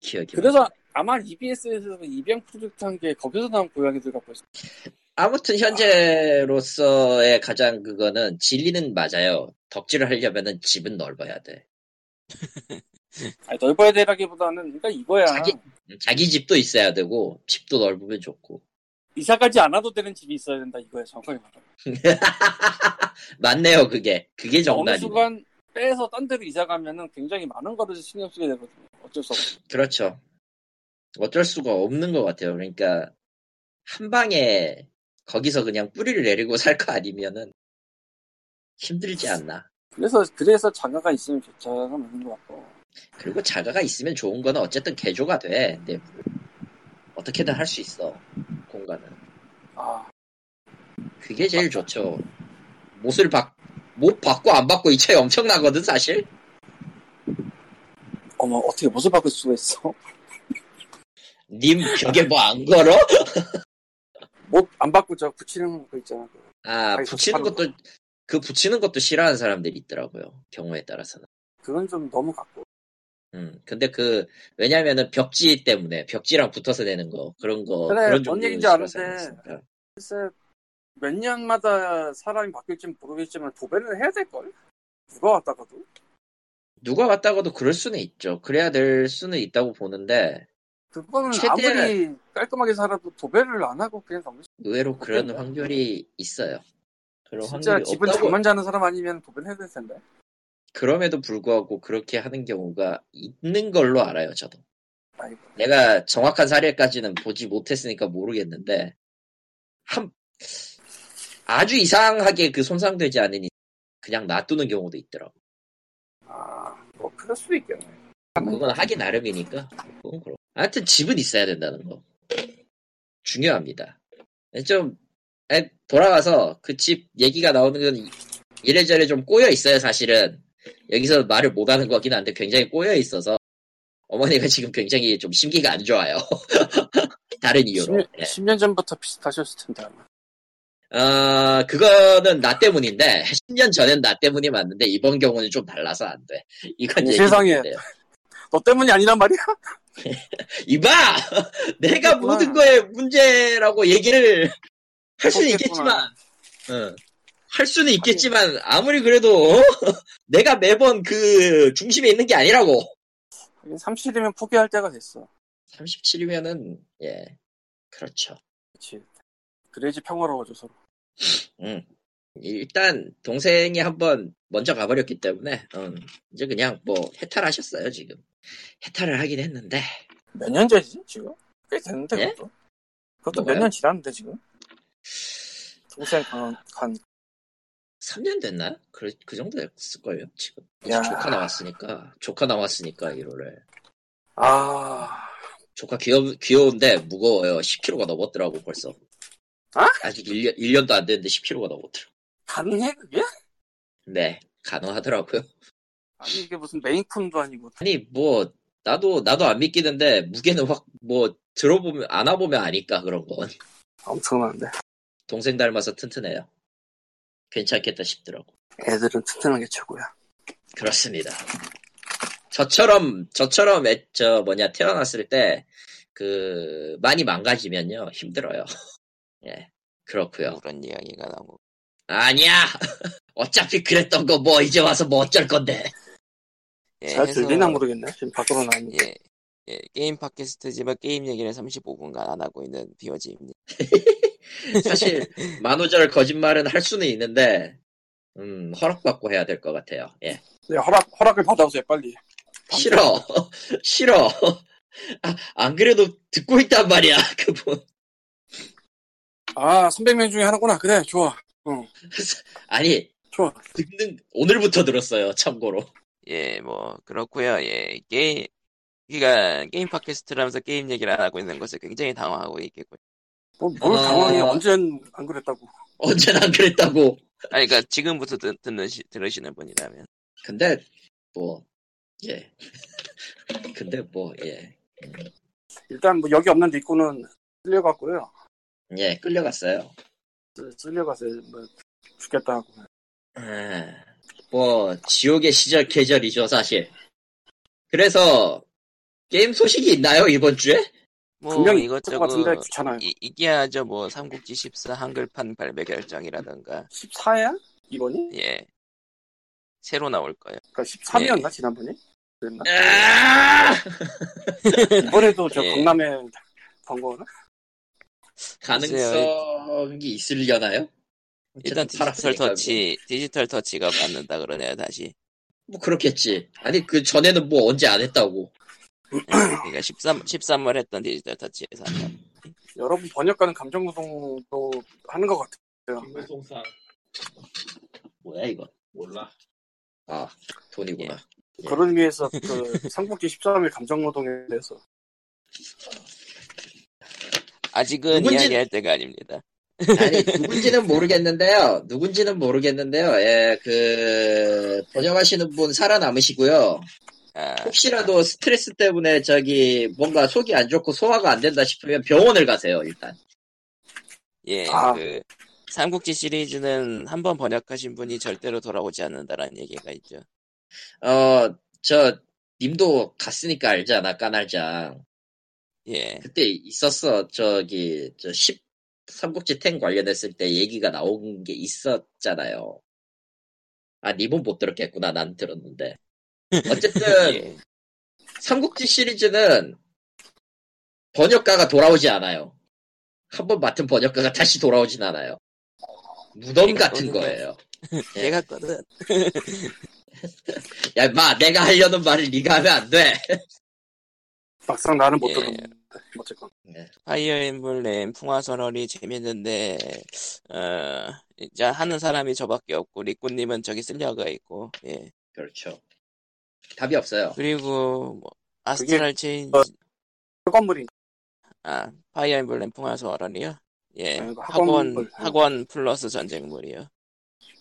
기억이.
그래서
나요.
아마 EBS에서 입양 프로젝트 한 게 거기서 나온 고양이들 갖고 있어
아무튼 현재로서의 가장 그거는 진리는 맞아요. 덕질을 하려면은 집은 넓어야 돼.
아니 넓어야 되라기보다는 그러니까 이거야
자기- 음, 자기 집도 있어야 되고 집도 넓으면 좋고
이사 가지 않아도 되는 집이 있어야 된다 이거야 정확하게 말하면
맞네요 그게 그게
어느
정답이네
순간 빼서 딴 데로 이사 가면은 굉장히 많은 거를 신경 쓰게 되거든요 어쩔 수 없어
그렇죠 어쩔 수가 없는 것 같아요 그러니까 한 방에 거기서 그냥 뿌리를 내리고 살 거 아니면은 힘들지 않나
그래서 그래서 자가가 있으면 교차가 맞는 것 같고
그리고 자가가 있으면 좋은 거는 어쨌든 개조가 돼 근데 어떻게든 할 수 있어 공간은
아
그게 제일 좋죠 못을 박못 받고 안 받고 이 차이 엄청나거든 사실
어머 어떻게 못을 바꿀 수가 있어
님 벽에 뭐 안 걸어?
못뭐 안 바꾸고 저 붙이는 거 있잖아
아,
아니,
붙이는
저쪽
것도, 그 붙이는 것도 싫어하는 사람들이 있더라고요. 경우에 따라서는.
그건 좀 너무 같고
음, 근데 그, 왜냐면은 벽지 때문에, 벽지랑 붙어서 되는 거, 그런 거,
그래,
그런
뭔
종류의
얘기인지
싫어하는
아는데.
사람이 있으니까.
글쎄 몇 년마다 사람이 바뀔지 는 모르겠지만 도배는 해야 될걸 누가 왔다 가도
누가 왔다고도 그럴 수는 있죠. 그래야 될 수는 있다고 보는데,
그거는
최대한-
아무리 깔끔하게 살아도 도배를 안 하고 그냥 넘길 수
의외로 그런
그렇겠네.
확률이 있어요. 그런
그러니까. 진짜
확률이
집은
없다고,
잠만 자는 사람 아니면 도배는 해야 될 텐데
그럼에도 불구하고 그렇게 하는 경우가 있는 걸로 알아요, 저도.
아이고
내가 정확한 사례까지는 보지 못했으니까 모르겠는데 한 아주 이상하게 그 손상되지 않으니 그냥 놔두는 경우도 있더라고.
아뭐 그럴 수도 있겠네
그건 하기 나름이니까 그건 그렇고. 하여튼 집은 있어야 된다는 거 중요합니다. 좀 에, 돌아가서 그 집 얘기가 나오는 건 이래저래 좀 꼬여 있어요 사실은 여기서 말을 못 하는 거긴 한데 굉장히 꼬여 있어서 어머니가 지금 굉장히 좀 심기가 안 좋아요. 다른 이유로.
10년,
예.
10년 전부터 비슷하셨을 텐데 아마
아, 그거는 나 때문인데, 10년 전엔 나 때문이 맞는데, 이번 경우는 좀 달라서 안 돼. 이건
이
얘기도
세상에.
안 돼요.
너 때문이 아니란 말이야?
이봐! 내가
그렇구나.
모든 거에 문제라고 얘기를 할 수는
그렇겠구나.
있겠지만, 어, 할 수는 있겠지만, 아무리 그래도, 어? 내가 매번 그 중심에 있는 게 아니라고.
하긴 30이면 포기할 때가 됐어
37이면은 예 그렇죠.
그렇지. 그래야지 평화로워져 서로.
음. 일단 동생이 한번 먼저 가버렸기 때문에 음, 이제 그냥 뭐 해탈하셨어요 지금 해탈을 하긴 했는데
몇 년째지 지금? 꽤 됐는데
예?
그것도. 그것도
뭐가요?
몇 년 지났는데 지금? 동생 간, 간
3년 됐나? 그, 그 정도 됐을 거예요 지금
야.
조카 나왔으니까 조카 나왔으니까 1월에
아,
조카 귀여, 귀여운데 무거워요 10kg가 넘었더라고 벌써
아?
아직 1년, 1년도 안 됐는데 10kg가 넘었더라고
가능해 그게?
네 가능하더라고요
아니 이게 무슨 메인쿤도 아니고
아니 뭐 나도 나도 안 믿기는데 무게는 확 뭐 들어보면 안아보면 아니까 그런 건
엄청난데.
동생 닮아서 튼튼해요. 괜찮겠다 싶더라고.
애들은 튼튼한 게 최고야.
그렇습니다. 저처럼 저처럼 애, 저 뭐냐 태어났을 때 그 많이 망가지면요 힘들어요. 예 그렇고요.
그런 이야기가 나오고
아니야 어차피 그랬던 거 뭐 이제 와서 뭐 어쩔 건데.
예,
잘
해서-
들리나 모르겠네. 지금 밖으로 나니.
예, 예, 게임 팟캐스트지만 게임 얘기를 35분간 안 하고 있는 비어지입니다.
사실 만우절 거짓말은 할 수는 있는데 음 허락받고 해야 될 것 같아요. 예
네, 허락 허락을 받아오세요 빨리.
싫어 싫어 아, 안 그래도 듣고 있단 말이야 그분.
아, 300명 중에 하나구나. 그래, 좋아.
아니
좋아.
듣는 오늘부터 들었어요. 참고로.
예, 뭐 그렇고요. 예, 게임 그러니까 게임 팟캐스트라면서 게임 얘기를 안 하고 있는 것을 굉장히 당황하고 있겠고요.
뭐, 뭘
아.
당황해. 언젠 안 그랬다고.
언제나 안 그랬다고.
아니, 그러니까 지금부터 듣, 듣는 시- 들으시는 분이라면
근데 뭐 예. 근데 뭐 예.
일단 뭐 여기 없는 리코는 쓸려갔고요.
예 끌려갔어요.
쓸- 쓸려가서 뭐 죽겠다 하고.
음, 뭐 지옥의 시절 계절이죠 사실. 그래서 게임 소식이 있나요 이번 주에?
뭐
분명히 있을 것
이것저것
같은데 귀찮아요.
이, 이기야죠. 뭐 삼국지 14 한글판 발매 결정이라든가
14야? 이번이?
예 새로 나올 거예요.
그러니까 13이었나 지난번이? 그랬나?
아!
이번에도 저
예.
강남에 번거나?
가능성이 있으려나요?
일단
어쨌든
디지털
팔았으니까
터치 디지털 터치가 받는다 그러네요 다시.
뭐 그렇겠지. 아니 그 전에는 뭐 언제 안 했다고.
그러니까 13 13월 했던 디지털 터치에서 한 번.
여러분 번역가는 감정노동도 하는 것 같아요.
김무송상
뭐야 이거?
몰라.
아 돈이구나. 예.
그런 의미에서 그 삼국지 13일 감정노동에 대해서
아직은
누군지-
이야기할 때가 아닙니다.
아니 누군지는 모르겠는데요. 누군지는 모르겠는데요. 예, 그 번역하시는 분 살아남으시고요.
아,
혹시라도 스트레스 때문에 저기 뭔가 속이 안 좋고 소화가 안 된다 싶으면 병원을 가세요 일단.
예,
아.
그 삼국지 시리즈는 한 번 번역하신 분이 절대로 돌아오지 않는다라는 얘기가 있죠.
어, 저 님도 갔으니까 알잖아 까날장.
예,
그때 있었어 저기 저10 삼국지 텐 관련했을 때 얘기가 나온 게 있었잖아요. 아 님은 못 들었겠구나 난 들었는데. 어쨌든
예,
삼국지 시리즈는 번역가가 돌아오지 않아요. 한 번 맡은 번역가가 다시 돌아오진 않아요. 무덤
내가
같은
꺼낸
거예요. 예.
내가 거든
야, 마, 내가 하려는 말을 네가 하면 안 돼.
막상 나는 못
예.
들었는데 어쨌건
네,
파이어 엠블렘 풍화설월이 재밌는데 어 이제 하는 사람이 저밖에 없고 리꾸님은 저기 쓸려가 있고 예
그렇죠. 답이 없어요.
그리고 뭐 아스트랄 체인지
학원물인
아 파이어 엠블렘 풍화설월이요 예
아이고,
학원
학원물.
학원 플러스 전쟁물이요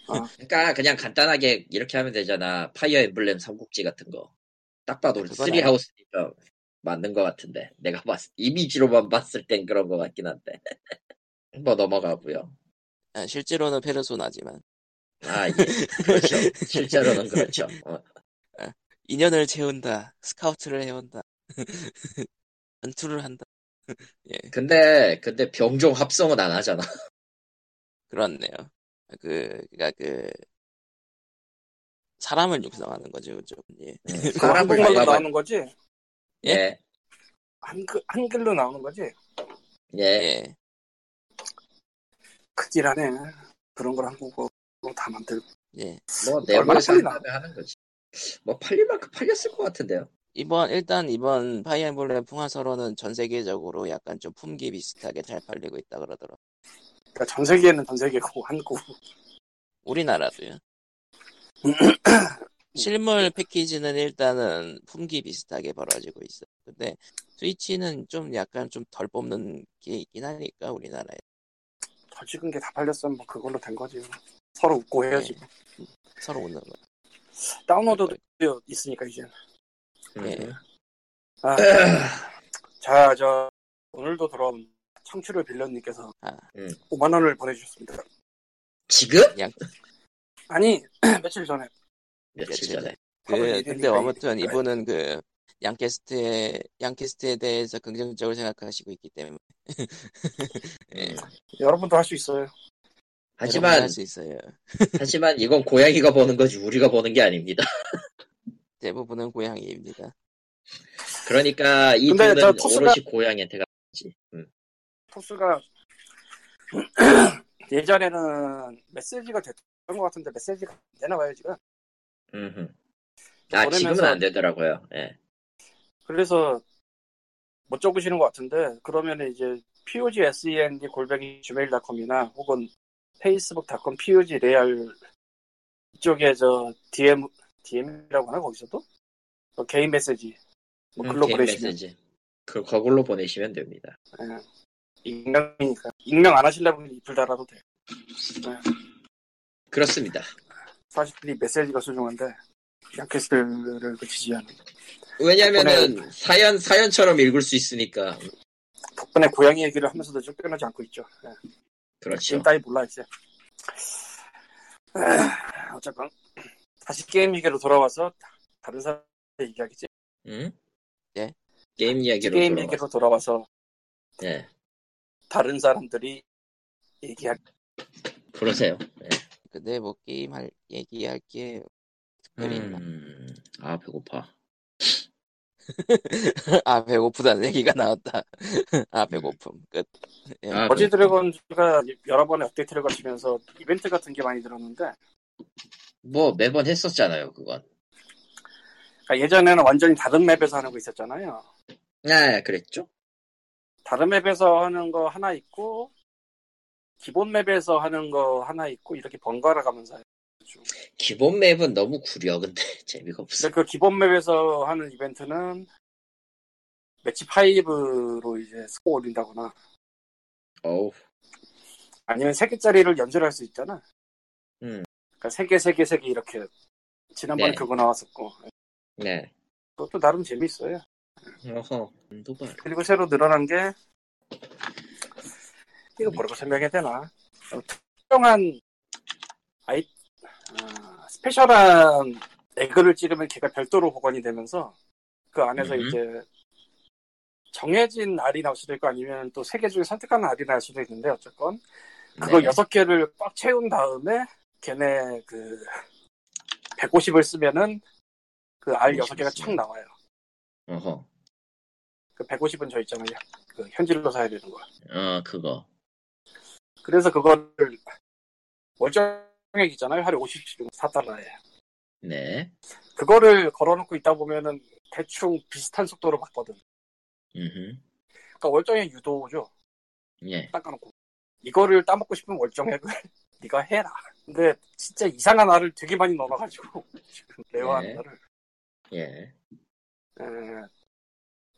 그러니까 그냥 간단하게 이렇게 하면 되잖아. 파이어 엠블렘 삼국지 같은 거. 딱 봐도
그건
쓰리
아니야.
하우스니까 맞는 것 같은데. 내가 봤 이미지로만 봤을 땐 그런 것 같긴 한데. 뭐 넘어가고요.
아, 실제로는 페르소나지만
아, 예. 그렇죠. 실제로는 그렇죠. 어.
인연을 채운다 스카우트를 해온다 전투를 한다 예
근데 근데 병종 합성은 안 하잖아.
그렇네요 그 그니까 그 사람을 육성하는 거죠 그죠 예
그
사람을
한국말로
잡아봐.
나오는 거지?
예?
예.
한글, 한글로 나오는 거지?
예.
예.
크질 하네. 그런 걸 한국어로 뭐 다 만들고.
예.
뭐
얼마나
내부에서
팔리나?
한다면 하는 거지. 뭐 팔릴 만큼 팔렸을 것 같은데요.
이번 일단 이번 파이어볼렘 풍화설호는 전 세계적으로 약간 좀 품귀 비슷하게 잘 팔리고 있다 그러더라고.
그러니까 전 세계는 전 세계고, 한국.
우리나라도요. 실물 패키지는 일단은 품귀 비슷하게 벌어지고 있어. 근데 스위치는 좀 약간 좀 덜 뽑는 게 있긴 하니까 우리나라에.
더 찍은 게 다 팔렸으면 뭐 그걸로 된 거지. 서로
네.
웃고 해야지.
서로 웃는 거.
다운로드도 드디어 있으니까, 이제.
예.
음.
아,
네.
자, 저, 오늘도 돌아온 청취를 빌런님께서
아.
음.
5만원을 보내주셨습니다.
지금?
아니, 며칠 전에.
며칠
며칠
전에.
그
하버리
근데
일이니까
아무튼
이게-
이분은 그 양캐스트에 양캐스트에 대해서 긍정적으로 생각하시고 있기 때문에 예.
음.
여러분도 할 수 있어요.
하지만
할수 있어요.
하지만 이건 고양이가 보는 거지 우리가 보는 게 아닙니다.
대부분은 고양이입니다.
그러니까 이
근데
돈은
저 토스가-
오롯이 고양이한테 가지. 음.
토스가 예전에는 메시지가 됐던 것 같은데 메시지가 안 되나 봐요 지금
음흠. 아
보내면서-
지금은 안 되더라고요. 예.
그래서 못 적으시는 것 같은데 그러면 이제 POG SEND E 골뱅이 gmail.com이나 혹은 페이스북.com POG 레알 이쪽에 저 DM DM이라고 하나 거기서도 뭐 개인 메시지 뭐 글로
음, 개인
보내시면
메시지. 그 거글로 보내시면 됩니다.
익명이니까 익명 안 하시려면 이플 달아도 돼. 요
그렇습니다.
사실 이 메시지가 소중한데 양캐스트를 그치지 않는
왜냐면은 사연 사연처럼 읽을 수 있으니까 음,
덕분에 고양이 얘기를 하면서도 쫓겨나지 않고 있죠. 예.
그렇죠.
지금 따위 몰라 이제. 아, 어쨌건 다시 게임 얘기로 돌아와서 다른 사람의 얘기하겠지.
음?
예.
게임 이야기로
게임
돌아가.
얘기로 돌아와서
예.
다른 사람들이 얘기할
그러세요. 예.
음.
근데 뭐 게임 할 얘기할 게 특별히 있나?
음. 아 배고파.
아 배고프다는 얘기가 나왔다. 아 배고픔 끝. 예.
아,
어지 드래곤즈가 여러 번의 업데이트를 거치면서 이벤트 같은 게 많이 들었는데
뭐 매번 했었잖아요 그건.
그러니까 예전에는 완전히 다른 맵에서 하는 거 있었잖아요.
아 그랬죠.
다른 맵에서 하는 거 하나 있고 기본 맵에서 하는 거 하나 있고 이렇게 번갈아 가면서 해요.
기본 맵은 너무 구려 근데 재미가 없어.
근데 그 기본 맵에서 하는 이벤트는 매치 5로 이제 스코어 올린다거나
어우.
아니면 3개짜리를 연결할 수 있잖아.
음.
그러니까 3개, 3개, 3개 이렇게 지난번에
네.
그거 나왔었고
네.
그것도 나름 재밌어요.
어허. 음, 도발.
그리고 새로 늘어난 게 이거
음.
뭐라고 설명해야 되나? 어, 특정한 아이 아, 스페셜한 에그를 찍으면 걔가 별도로 보관이 되면서 그 안에서
음.
이제 정해진 알이 나올 수도 있고 아니면 또 세 개 중에 선택하는 알이 나올 수도 있는데 어쨌건 그거
네.
여섯 개를 꽉 채운 다음에 걔네 그 150을 쓰면은 그 알
150을
여섯 개가
쓰면.
착 나와요.
어허.
그 150은 저 있잖아요. 그 현질로 사야 되는 거.
어 그거.
그래서 그거를 월정액 있잖아요. 하루에 50씩 4달러에.
네.
그거를 걸어놓고 있다 보면은 대충 비슷한 속도로 받거든.
음.
그러니까 월정액 유도죠.
예.
닦아놓고. 이거를 따먹고 싶은 월정액을 네가 해라. 근데 진짜 이상한 알을 되게 많이 넣어가지고 지금 레어한
네.
알을
예.
에,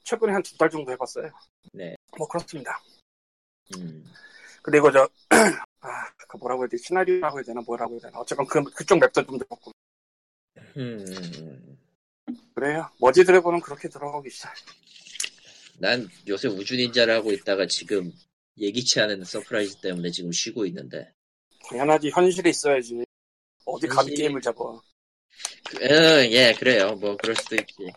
최근에 한 두 달 정도 해봤어요.
네.
뭐 그렇습니다.
음.
근데 이거 저 아, 그 뭐라고 해야 되지? 시나리오라고 해야 되나 뭐라고 해야 되나? 어쨌건 그, 그쪽 맵도 좀 들었고.
음.
그래요. 머지 드래곤은 그렇게 들어가기 시작.
난 요새 우주 닌자를 하고 있다가 지금 예기치 않은 서프라이즈 때문에 지금 쉬고 있는데.
당연하지 현실에 있어야지 어디 감히
현실이-
게임을 잡아
그, 응, 예, 그래요. 뭐 그럴 수도 있지.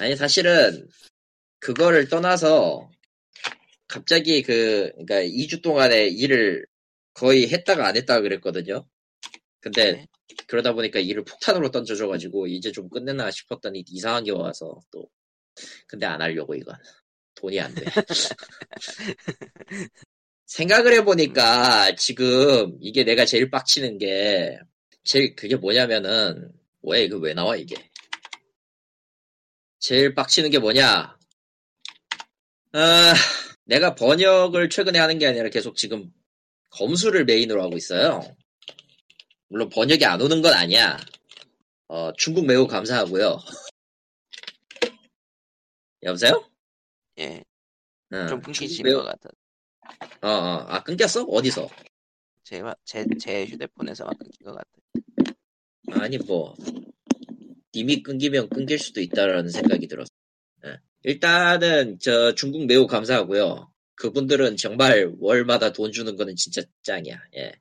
아니 사실은 그거를 떠나서 갑자기 그 그러니까 2주 동안에 일을 거의 했다가 안 했다가 그랬거든요. 근데
네.
그러다 보니까 일을 폭탄으로 던져줘가지고 이제 좀 끝내나 싶었더니 이상한 게 와서 또 근데 안 하려고 이건 돈이 안 돼. 생각을 해보니까 지금 이게 내가 제일 빡치는 게 제일 그게 뭐냐면은 뭐야 이거 왜 나와 이게 제일 빡치는 게 뭐냐 아, 내가 번역을 최근에 하는 게 아니라 계속 지금 검수를 메인으로 하고 있어요 물론 번역이 안 오는 건 아니야 어, 중국 매우 감사하고요 여보세요?
예,
응,
좀 뭐.
중국
끊기신
매우-
것 같아.
어, 어. 아 끊겼어? 어디서?
제, 제, 제 휴대폰에서만 끊긴 것 같아.
아니 뭐 이미 끊기면 끊길 수도 있다라는 생각이 들었어. 예. 일단은 저 중국 매우 감사하고요. 그분들은 정말 월마다 돈 주는 거는 진짜 짱이야. 예.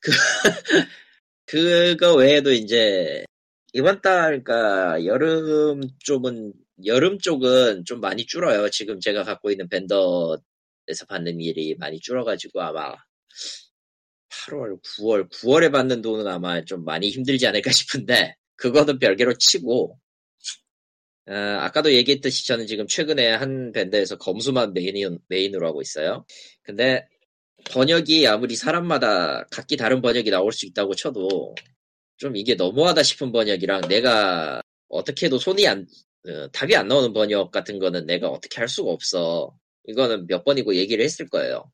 그 그거 외에도 이제 이번 달 그러니까 여름 쪽은 여름 쪽은 좀 많이 줄어요. 지금 제가 갖고 있는 벤더에서 받는 일이 많이 줄어가지고 아마 8월, 9월, 9월에 받는 돈은 아마 좀 많이 힘들지 않을까 싶은데, 그거는 별개로 치고, 어, 아까도 얘기했듯이 저는 지금 최근에 한 밴드에서 검수만 메인, 메인으로 하고 있어요. 근데 번역이 아무리 사람마다 각기 다른 번역이 나올 수 있다고 쳐도, 좀 이게 너무하다 싶은 번역이랑 내가 어떻게 해도 손이 안, 어, 답이 안 나오는 번역 같은 거는 내가 어떻게 할 수가 없어. 이거는 몇 번이고 얘기를 했을 거예요.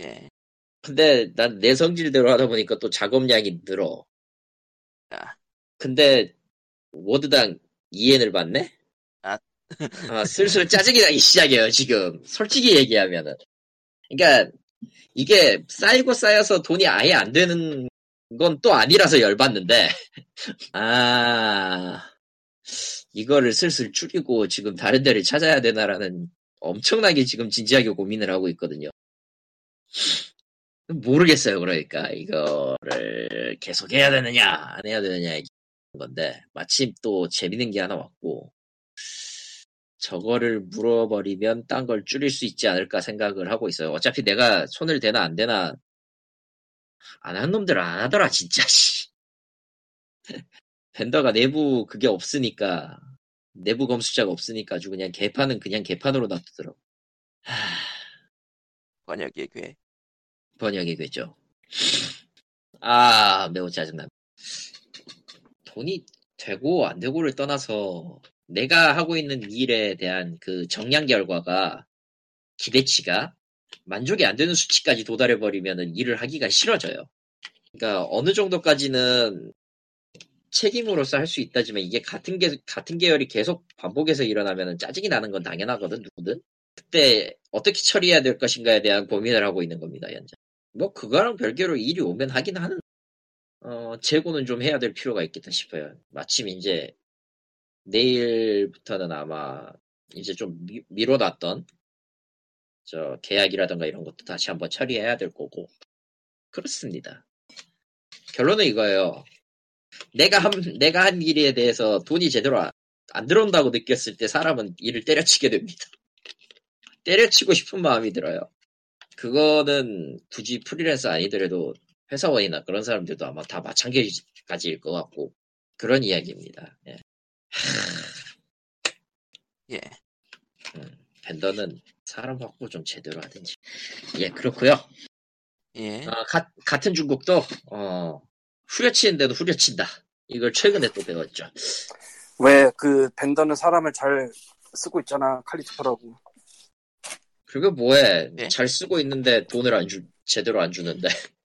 예,
근데 난 내 성질대로 하다 보니까 또 작업량이 늘어.
아.
근데 워드당 2엔을 받네?
아.
아, 슬슬 짜증이 나기 시작해요, 지금. 솔직히 얘기하면은. 그러니까 이게 쌓이고 쌓여서 돈이 아예 안 되는 건 또 아니라서 열받는데. 아, 이거를 슬슬 줄이고 지금 다른 데를 찾아야 되나라는 엄청나게 지금 진지하게 고민을 하고 있거든요. 모르겠어요. 그러니까 이거를 계속 해야 되느냐 안 해야 되느냐 이런 건데 마침 또 재밌는 게 하나 왔고 저거를 물어버리면 딴 걸 줄일 수 있지 않을까 생각을 하고 있어요. 어차피 내가 손을 대나 안 대나 안 한 놈들은 안 하더라 진짜. 씨. 벤더가 내부 그게 없으니까 내부 검수자가 없으니까 아주 그냥 개판은 그냥 개판으로 놔두더라고.
번역의 괴.
번역이 되죠. 아, 매우 짜증나. 돈이 되고 안 되고를 떠나서 내가 하고 있는 일에 대한 그 정량 결과가 기대치가 만족이 안 되는 수치까지 도달해 버리면 일을 하기가 싫어져요. 그러니까 어느 정도까지는 책임으로서 할 수 있다지만 이게 같은 계 같은 계열이 계속 반복해서 일어나면 짜증이 나는 건 당연하거든 누구든. 그때 어떻게 처리해야 될 것인가에 대한 고민을 하고 있는 겁니다 현재. 뭐 그거랑 별개로 일이 오면 하긴 하는 어 재고는 좀 해야 될 필요가 있겠다 싶어요. 마침 이제 내일부터는 아마 이제 좀 미- 미뤄놨던 저 계약이라든가 이런 것도 다시 한번 처리해야 될 거고 그렇습니다. 결론은 이거예요. 내가 한 내가 한 일에 대해서 돈이 제대로 안- 안 들어온다고 느꼈을 때 사람은 일을 때려치게 됩니다. 때려치고 싶은 마음이 들어요. 그거는 굳이 프리랜서 아니더라도 회사원이나 그런 사람들도 아마 다 마찬가지일 것 같고 그런 이야기입니다. 예.
예.
음, 벤더는 사람 확보 좀 제대로 하든지. 예, 그렇고요.
예,
아, 가- 같은 중국도 어, 후려치는데도 후려친다. 이걸 최근에 또 배웠죠.
왜 그 벤더는 사람을 잘 쓰고 있잖아 칼리토프라고.
그리고 뭐해?
예.
잘 쓰고 있는데 돈을 안 주, 제대로 안 주는데.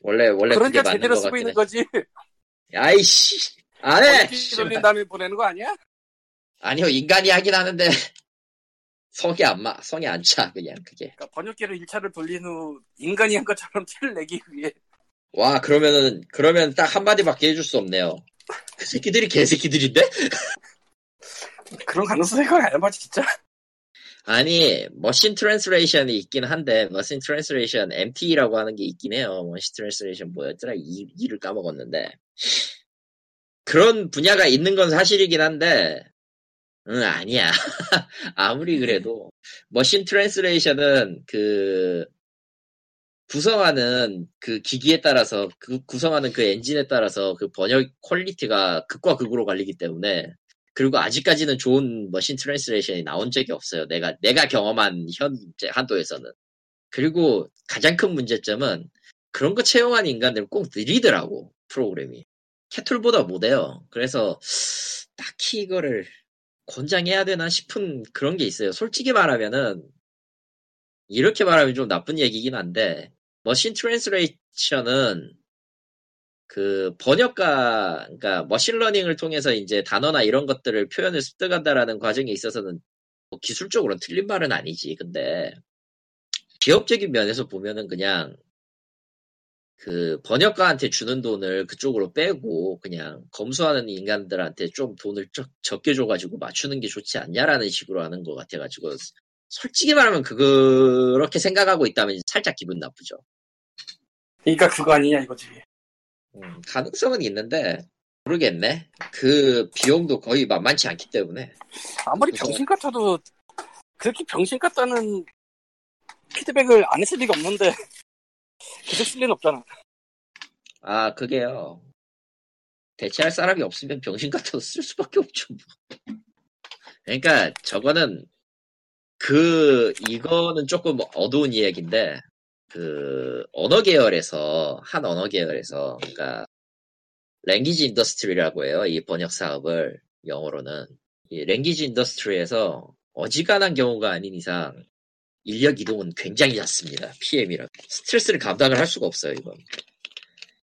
원래 원래 그게
그러니까
맞는
제대로
것
쓰고
같긴 해. 네,
있는 거지.
아이씨, 안 해.
어디 돌린 다음에 보내는 거 아니야?
아니요 인간이 하긴 하는데 성이 안 마, 성이 안 차 그냥 그게.
그러니까 번역기를 1차를 돌린 후 인간이 한 것처럼 티를 내기 위해
와 그러면은 그러면 딱 한마디밖에 해줄 수 없네요. 그 새끼들이 개새끼들인데?
그런 가능성이 거의 안 맞지 진짜.
아니, 머신 트랜스레이션이 있긴 한데, 머신 트랜스레이션 MT라고 하는 게 있긴 해요. 머신 트랜스레이션 뭐였더라? 이, 이를 까먹었는데. 그런 분야가 있는 건 사실이긴 한데, 응, 아니야. 아무리 그래도. 머신 트랜스레이션은 그, 구성하는 그 기기에 따라서, 그 구성하는 그 엔진에 따라서 그 번역 퀄리티가 극과 극으로 갈리기 때문에, 그리고 아직까지는 좋은 뭐 머신 트랜스레이션이 나온 적이 없어요. 내가 내가 경험한 현 이제 한도에서는. 그리고 가장 큰 문제점은 그런 거 채용한 인간들은 꼭 느리더라고 프로그램이 캐툴보다 못해요. 그래서 딱히 이거를 권장해야 되나 싶은 그런 게 있어요. 솔직히 말하면은 이렇게 말하면 좀 나쁜 얘기긴 한데 머신 트랜스레이션은 그 번역가 그러니까 머신러닝을 통해서 이제 단어나 이런 것들을 표현을 습득한다라는 과정에 있어서는 뭐 기술적으로는 틀린 말은 아니지. 근데 기업적인 면에서 보면은 그냥 그 번역가한테 주는 돈을 그쪽으로 빼고 그냥 검수하는 인간들한테 좀 돈을 적, 적게 줘가지고 맞추는 게 좋지 않냐라는 식으로 하는 것 같아가지고 솔직히 말하면 그거- 그렇게 생각하고 있다면 살짝 기분 나쁘죠.
그러니까 그거 아니냐 이거지.
음, 가능성은 있는데 모르겠네. 그 비용도 거의 만만치 않기 때문에
아무리
그래서-
병신 같아도 그렇게 병신 같다는 피드백을 안 했을 리가 없는데 계속 쓸 리는 없잖아.
아 그게요. 대체할 사람이 없으면 병신 같아서 쓸 수밖에 없죠. 뭐. 그러니까 저거는 그 이거는 조금 어두운 이야기인데 그 언어 계열에서 한 언어 계열에서 그러니까 랭귀지 인더스트리라고 해요 이 번역 사업을 영어로는 이 랭귀지 인더스트리에서 어지간한 경우가 아닌 이상 인력 이동은 굉장히 잦습니다 PM이라 스트레스를 감당을 할 수가 없어요 이건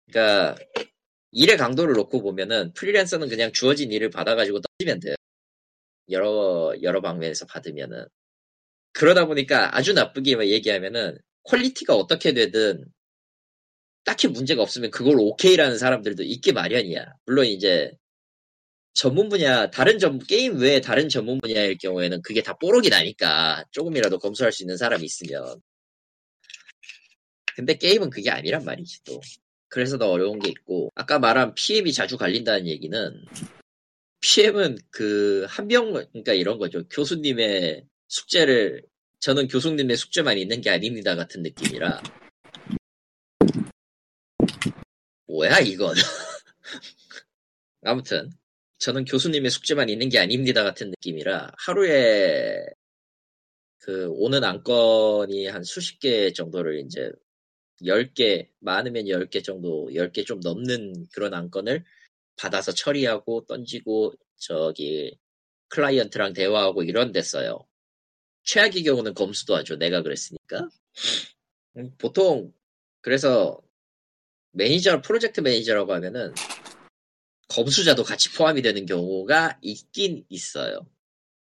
그러니까 일의 강도를 놓고 보면은 프리랜서는 그냥 주어진 일을 받아가지고 떠지면 돼요. 여러 여러 방면에서 받으면은 그러다 보니까 아주 나쁘게 얘기하면은 퀄리티가 어떻게 되든 딱히 문제가 없으면 그걸 오케이라는 사람들도 있기 마련이야. 물론 이제 전문 분야 다른 전 게임 외에 다른 전문 분야일 경우에는 그게 다 뽀록이 나니까 조금이라도 검수할 수 있는 사람이 있으면 근데 게임은 그게 아니란 말이지 또 그래서 더 어려운 게 있고 아까 말한 PM이 자주 갈린다는 얘기는 PM은 그 한명 그러니까 이런 거죠 교수님의 숙제를 저는 교수님의 숙제만 있는 게 아닙니다 같은 느낌이라 뭐야 이건 아무튼 저는 교수님의 숙제만 있는 게 아닙니다 같은 느낌이라 하루에 그 오는 안건이 한 수십 개 정도를 이제 10개, 많으면 10개 정도, 10개 좀 넘는 그런 안건을 받아서 처리하고 던지고 저기 클라이언트랑 대화하고 이런 데 써요. 최악의 경우는 검수도 하죠. 내가 그랬으니까. 음, 보통 그래서 매니저, 프로젝트 매니저라고 하면은 검수자도 같이 포함이 되는 경우가 있긴 있어요.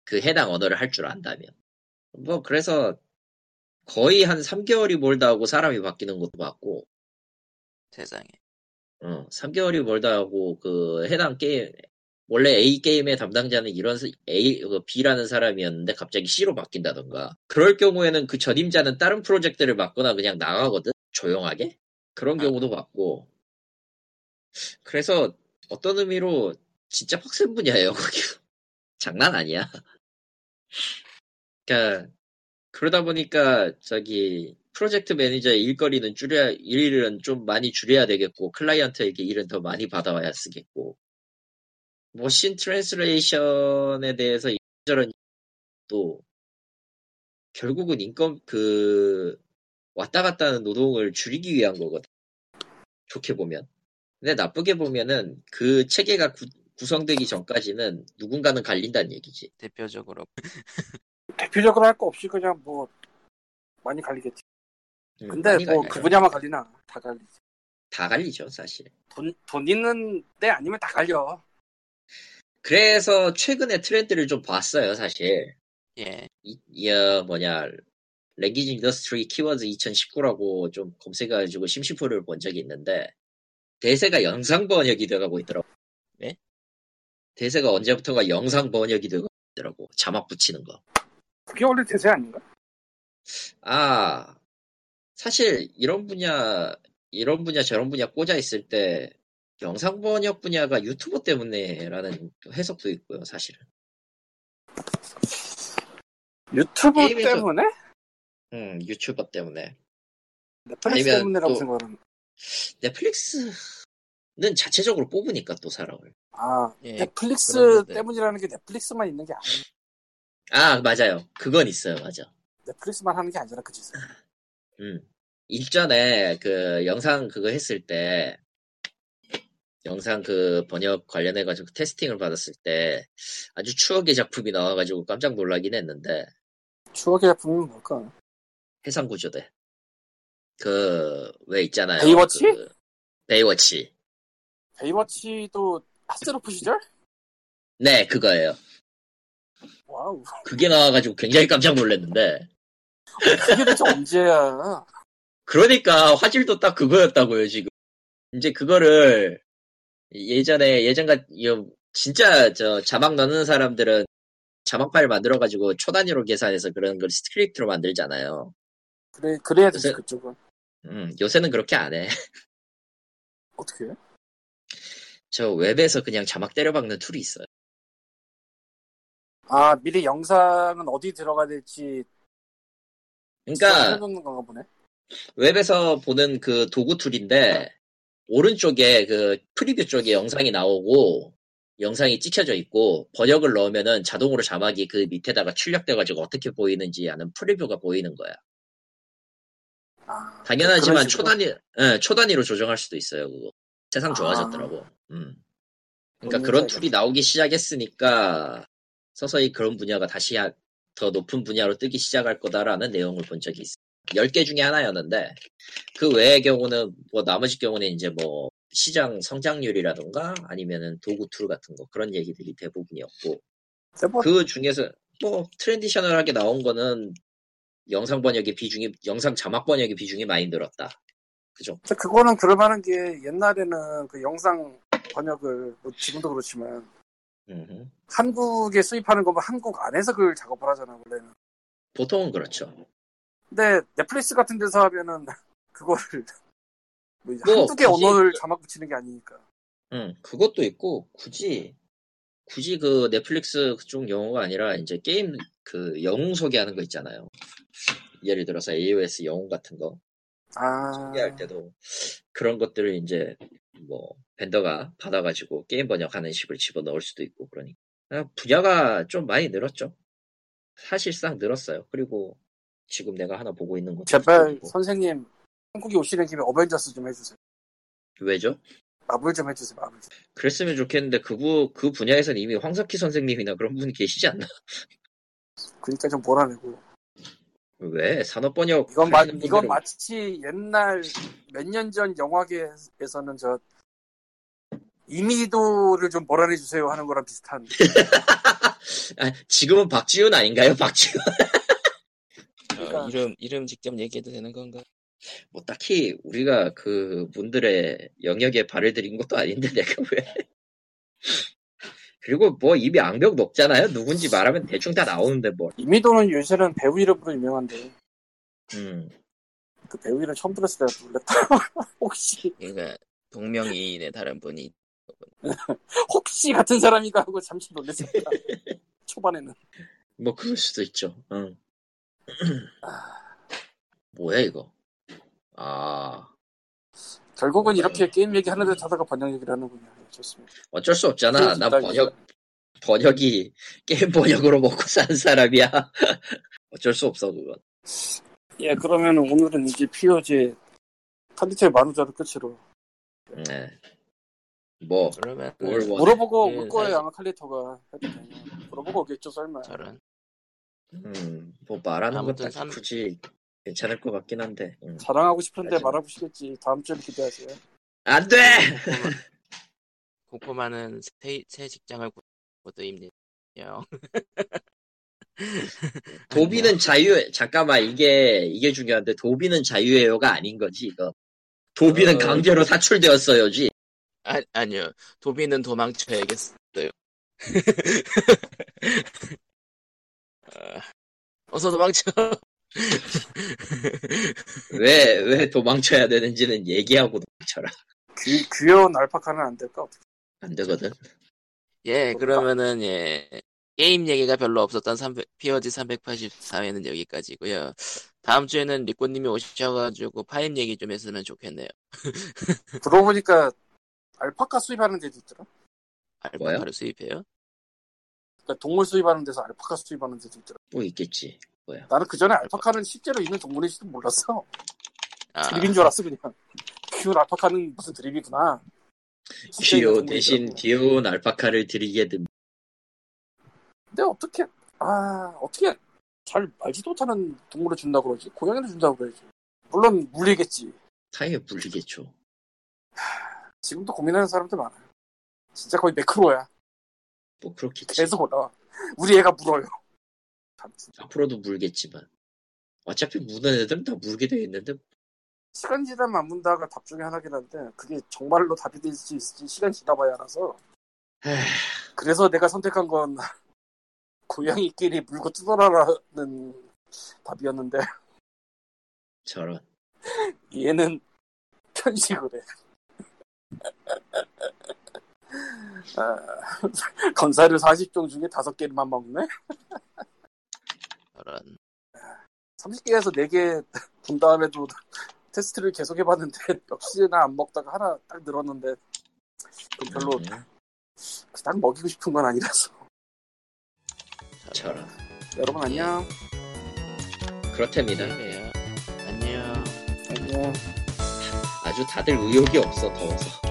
그 해당 언어를 할 줄 안다면. 뭐 그래서 거의 한 3개월이 멀다 하고 사람이 바뀌는 것도 봤고,
세상에.
어, 3개월이 멀다 하고 그 해당 게임, 원래 A 게임의 담당자는 이런 스- A, 그 B라는 사람이었는데 갑자기 C로 바뀐다던가. 그럴 경우에는 그 전임자는 다른 프로젝트를 맡거나 그냥 나가거든? 조용하게? 그런
아.
경우도 봤고. 그래서 어떤 의미로 진짜 빡센 분야예요, 거기. 장난 아니야. 그러니까 그러다 보니까 저기 프로젝트 매니저의 일거리는 줄여야 일은 좀 많이 줄여야 되겠고 클라이언트에게 일은 더 많이 받아와야 쓰겠고 머신 트랜스레이션에 대해서 이런저런 또 결국은 인건 그 왔다 갔다 하는 노동을 줄이기 위한 거거든 좋게 보면 근데 나쁘게 보면은 그 체계가 구, 구성되기 전까지는 누군가는 갈린다는 얘기지
대표적으로
대표적으로 할 거 없이 그냥 뭐 많이 갈리겠지.
음,
근데
많이
뭐
갈려요.
그 분야만 갈리나 다 갈리지.
다 갈리죠 사실
돈, 돈 있는 데 아니면 다 갈려.
그래서 최근에 트렌드를 좀 봤어요, 사실.
예.
이, 이, 어, 뭐냐, 랭귀지 인더스트리 키워드 2019라고 좀 검색해가지고 심심풀을 본 적이 있는데, 대세가 영상 번역이 돼가고 있더라고.
네?
대세가 언제부터가 영상 번역이 되고 있더라고. 자막 붙이는 거.
그게 원래 대세 아닌가?
아, 사실 이런 분야, 이런 분야, 저런 분야 꽂아 있을 때, 영상 번역 분야가 유튜버 때문에라는 해석도 있고요, 사실은.
유튜브
게임에서-
때문에?
음, 유튜버 때문에.
넷플릭스
아니면
때문이라고
또-
생각하는.
넷플릭스 자체적으로 뽑으니까 또 사람을.
아,
예,
넷플릭스
그런데.
때문이라는 게 넷플릭스만 있는 게 아니에요.
아 맞아요. 그건 있어요. 맞아.
넷플릭스만 하는 게 아니라 그 짓을.
음. 일전에 그 영상 그거 했을 때 영상 그 번역 관련해가지고 그 테스팅을 받았을 때 아주 추억의 작품이 나와가지고 깜짝 놀라긴 했는데
추억의 작품이 뭘까?
해상구조대 그 왜 있잖아요
베이워치?
그 베이워치
베이워치도 하스로프 시절?
네 그거예요
와우.
그게 나와가지고 굉장히 깜짝 놀랐는데
그게 대체 언제야?
그러니까 화질도 딱 그거였다고요 지금 이제 그거를 예전에 예전같 이거 진짜 저 자막 넣는 사람들은 자막 파일 만들어가지고 초단위로 계산해서 그런 걸 스크립트로 만들잖아요
그래, 그래야 되지,
요새-
그쪽은.
음 요새는 그렇게 안해
어떻게 해?
저 웹에서 그냥 자막 때려박는 툴이 있어요
아, 미리 영상은 어디 들어가야 될지
그러니까
해놓는 건가 보네.
웹에서 보는 그 도구 툴인데
네.
오른쪽에 그 프리뷰 쪽에 영상이 나오고 영상이 찍혀져 있고 번역을 넣으면은 자동으로 자막이 그 밑에다가 출력돼가지고 어떻게 보이는지 하는 프리뷰가 보이는 거야.
아,
당연하지만
그런 식으로?
초단위, 예, 초단위로 조정할 수도 있어요. 그거 세상
아.
좋아졌더라고. 음. 그러니까
뭔
그런
얘기야,
툴이 나오기 시작했으니까 서서히 그런 분야가 다시 하- 더 높은 분야로 뜨기 시작할 거다라는 내용을 본 적이 있어. 10개 중에 하나였는데 그 외의 경우는 뭐 나머지 경우는 이제 뭐 시장 성장률이라던가 아니면은 도구 툴 같은 거 그런 얘기들이 대부분이었고
세번
그 중에서 뭐 트랜디셔널하게 나온 거는 영상 번역의 비중이 영상 자막 번역의 비중이 많이 늘었다. 그죠?
근데 그거는 그럴 만한 게 옛날에는 그 영상 번역을 뭐 지금도 그렇지만
음흠.
한국에 수입하는 거면 한국 안에서 그걸 작업을 하잖아 원래는.
보통은 그렇죠.
근데 넷플릭스 같은 데서 하면은 그거를 뭐 이제
뭐,
한두 개
굳이
언어를
그-
자막 붙이는 게 아니니까.
응, 그것도 있고, 굳이, 굳이 그 넷플릭스 그쪽 영어가 아니라, 이제 게임 그 영웅 소개하는 거 있잖아요. 예를 들어서 AOS 영웅 같은 거
아,
소개할 때도 그런 것들을 이제 뭐, 벤더가 받아가지고 게임 번역하는 식을 집어넣을 수도 있고, 그러니까. 아, 분야가 좀 많이 늘었죠. 사실상 늘었어요. 그리고 지금 내가 하나 보고 있는 것도
제발
그쪽이고.
선생님 한국에 오시는 김에 어벤져스 좀 해주세요.
왜죠?
마블 좀 해주세요. 마블. 좀.
그랬으면 좋겠는데, 그, 부, 그 분야에선 이미 황석희 선생님이나 그런 분 계시지 않나?
그러니까 좀 몰아내고.
왜 산업 번역
이건 마,
하시는
이건
분들은-
마치 옛날 몇 년 전 영화계에서는 저 이미도를 좀 몰아내 주세요 하는 거랑 비슷한.
아, 지금은 박지훈 아닌가요? 박지훈
그러니까-
어, 이름 이름 직접 얘기해도 되는 건가?
뭐 딱히 우리가 그 분들의 영역에 발을 들인 것도 아닌데 내가 왜 그리고 뭐 입이 앙벽 높잖아요 누군지 말하면 대충 다 나오는데 뭘
이미도는 요새는 배우 이름으로 유명한데
음,
그 배우 이름 처음 들었을 때 놀랐다. 혹시
그러니까 동명이인의 다른 분이
혹시 같은 사람인가 하고 잠시 놀랐습니다. 초반에는
뭐 그럴 수도 있죠 응.
아,
뭐야 이거 아
결국은 이렇게 게임 얘기하는데 하다가 번역 얘기를 하는군요. 예, 좋습니다.
어쩔 수 없잖아 나 번역 번역이 게임 번역으로 먹고 사는 사람이야 어쩔 수 없어 그건
예, 그러면 오늘은 이제 POG 탄디트의 만우자를 끝으로
네. 뭐
그러면
뭘 원-
물어보고
예,
올 거예요
사실-
아마 칼리토가 해도 되냐. 물어보고 오겠죠 설마.
저런
음, 뭐 말하는
아무튼
것도
삼-
굳이 괜찮을 것 같긴 한데. 음.
자랑하고 싶은데
하지만-
말하고 싶겠지. 다음 주에 기대하세요.
안 돼!
고코마는 새, 새 직장을 구도입니다
도비는 자유, 잠깐만, 이게, 이게 중요한데, 도비는 자유예요가 아닌 거지, 이거. 도비는
어.
강제로 사출되었어요지.
아, 아니요. 도비는 도망쳐야겠어요. 어, 어서 도망쳐.
왜, 왜 도망쳐야 되는지는 얘기하고 도망쳐라.
귀, 귀여운 알파카는 안 될까? 어떡해.
안 되거든.
예, 그러면은 예. 게임 얘기가 별로 없었던 300, POG 384회는 여기까지고요. 다음 주에는 리코님이 오셔가지고 파임 얘기 좀 했으면 좋겠네요.
들어보니까 알파카 수입하는 데도 있더라.
뭐요?
알파카를 수입해요?
그러니까 동물 수입하는 데서 알파카 수입하는 데도 있더라.
뭐 있겠지.
나는 그 전에 알파카는 실제로 있는 동물인지도 몰랐어.
아,
드립인 줄 알았어 그냥. 귀여운 알파카는 무슨 드립이구나. 실제 있는
귀여
동물이더라고.
대신 귀여운 알파카를 드리게 됨.
근데 어떻게 아 어떻게 잘 알지도 못하는 동물을 준다 그러지? 고양이를 준다 고 그러지. 물론 물리겠지.
타이에 물리겠죠.
지금도 고민하는 사람들 많아요. 진짜 거의 매크로야.
뭐 그렇겠지.
계속 올라와. 우리 애가 물어요. 참, 진짜.
앞으로도 물겠지만. 어차피 무는 애들은 다 물게 돼 있는데
시간 지나면 안 문다가 답 중에 하나긴 한데 그게 정말로 답이 될 수 있을지 시간 지나봐야 알아서
에휴,
그래서 내가 선택한 건 고양이끼리 물고 뜯어라라는 답이었는데
저런
얘는 편식을 해. 아, 건사를 40종 중에 5개만 먹네?
저런.
30개에서 4개 본 다음에도 테스트를 계속 해봤는데 역시나 안 먹다가 하나 딱 늘었는데 그건 별로
네,
딱 먹이고 싶은 건 아니라서
저런
여러분 안녕
Iya,
그렇답니다.
안녕. 안녕.
안녕
아주 다들 의욕이 없어 더워서.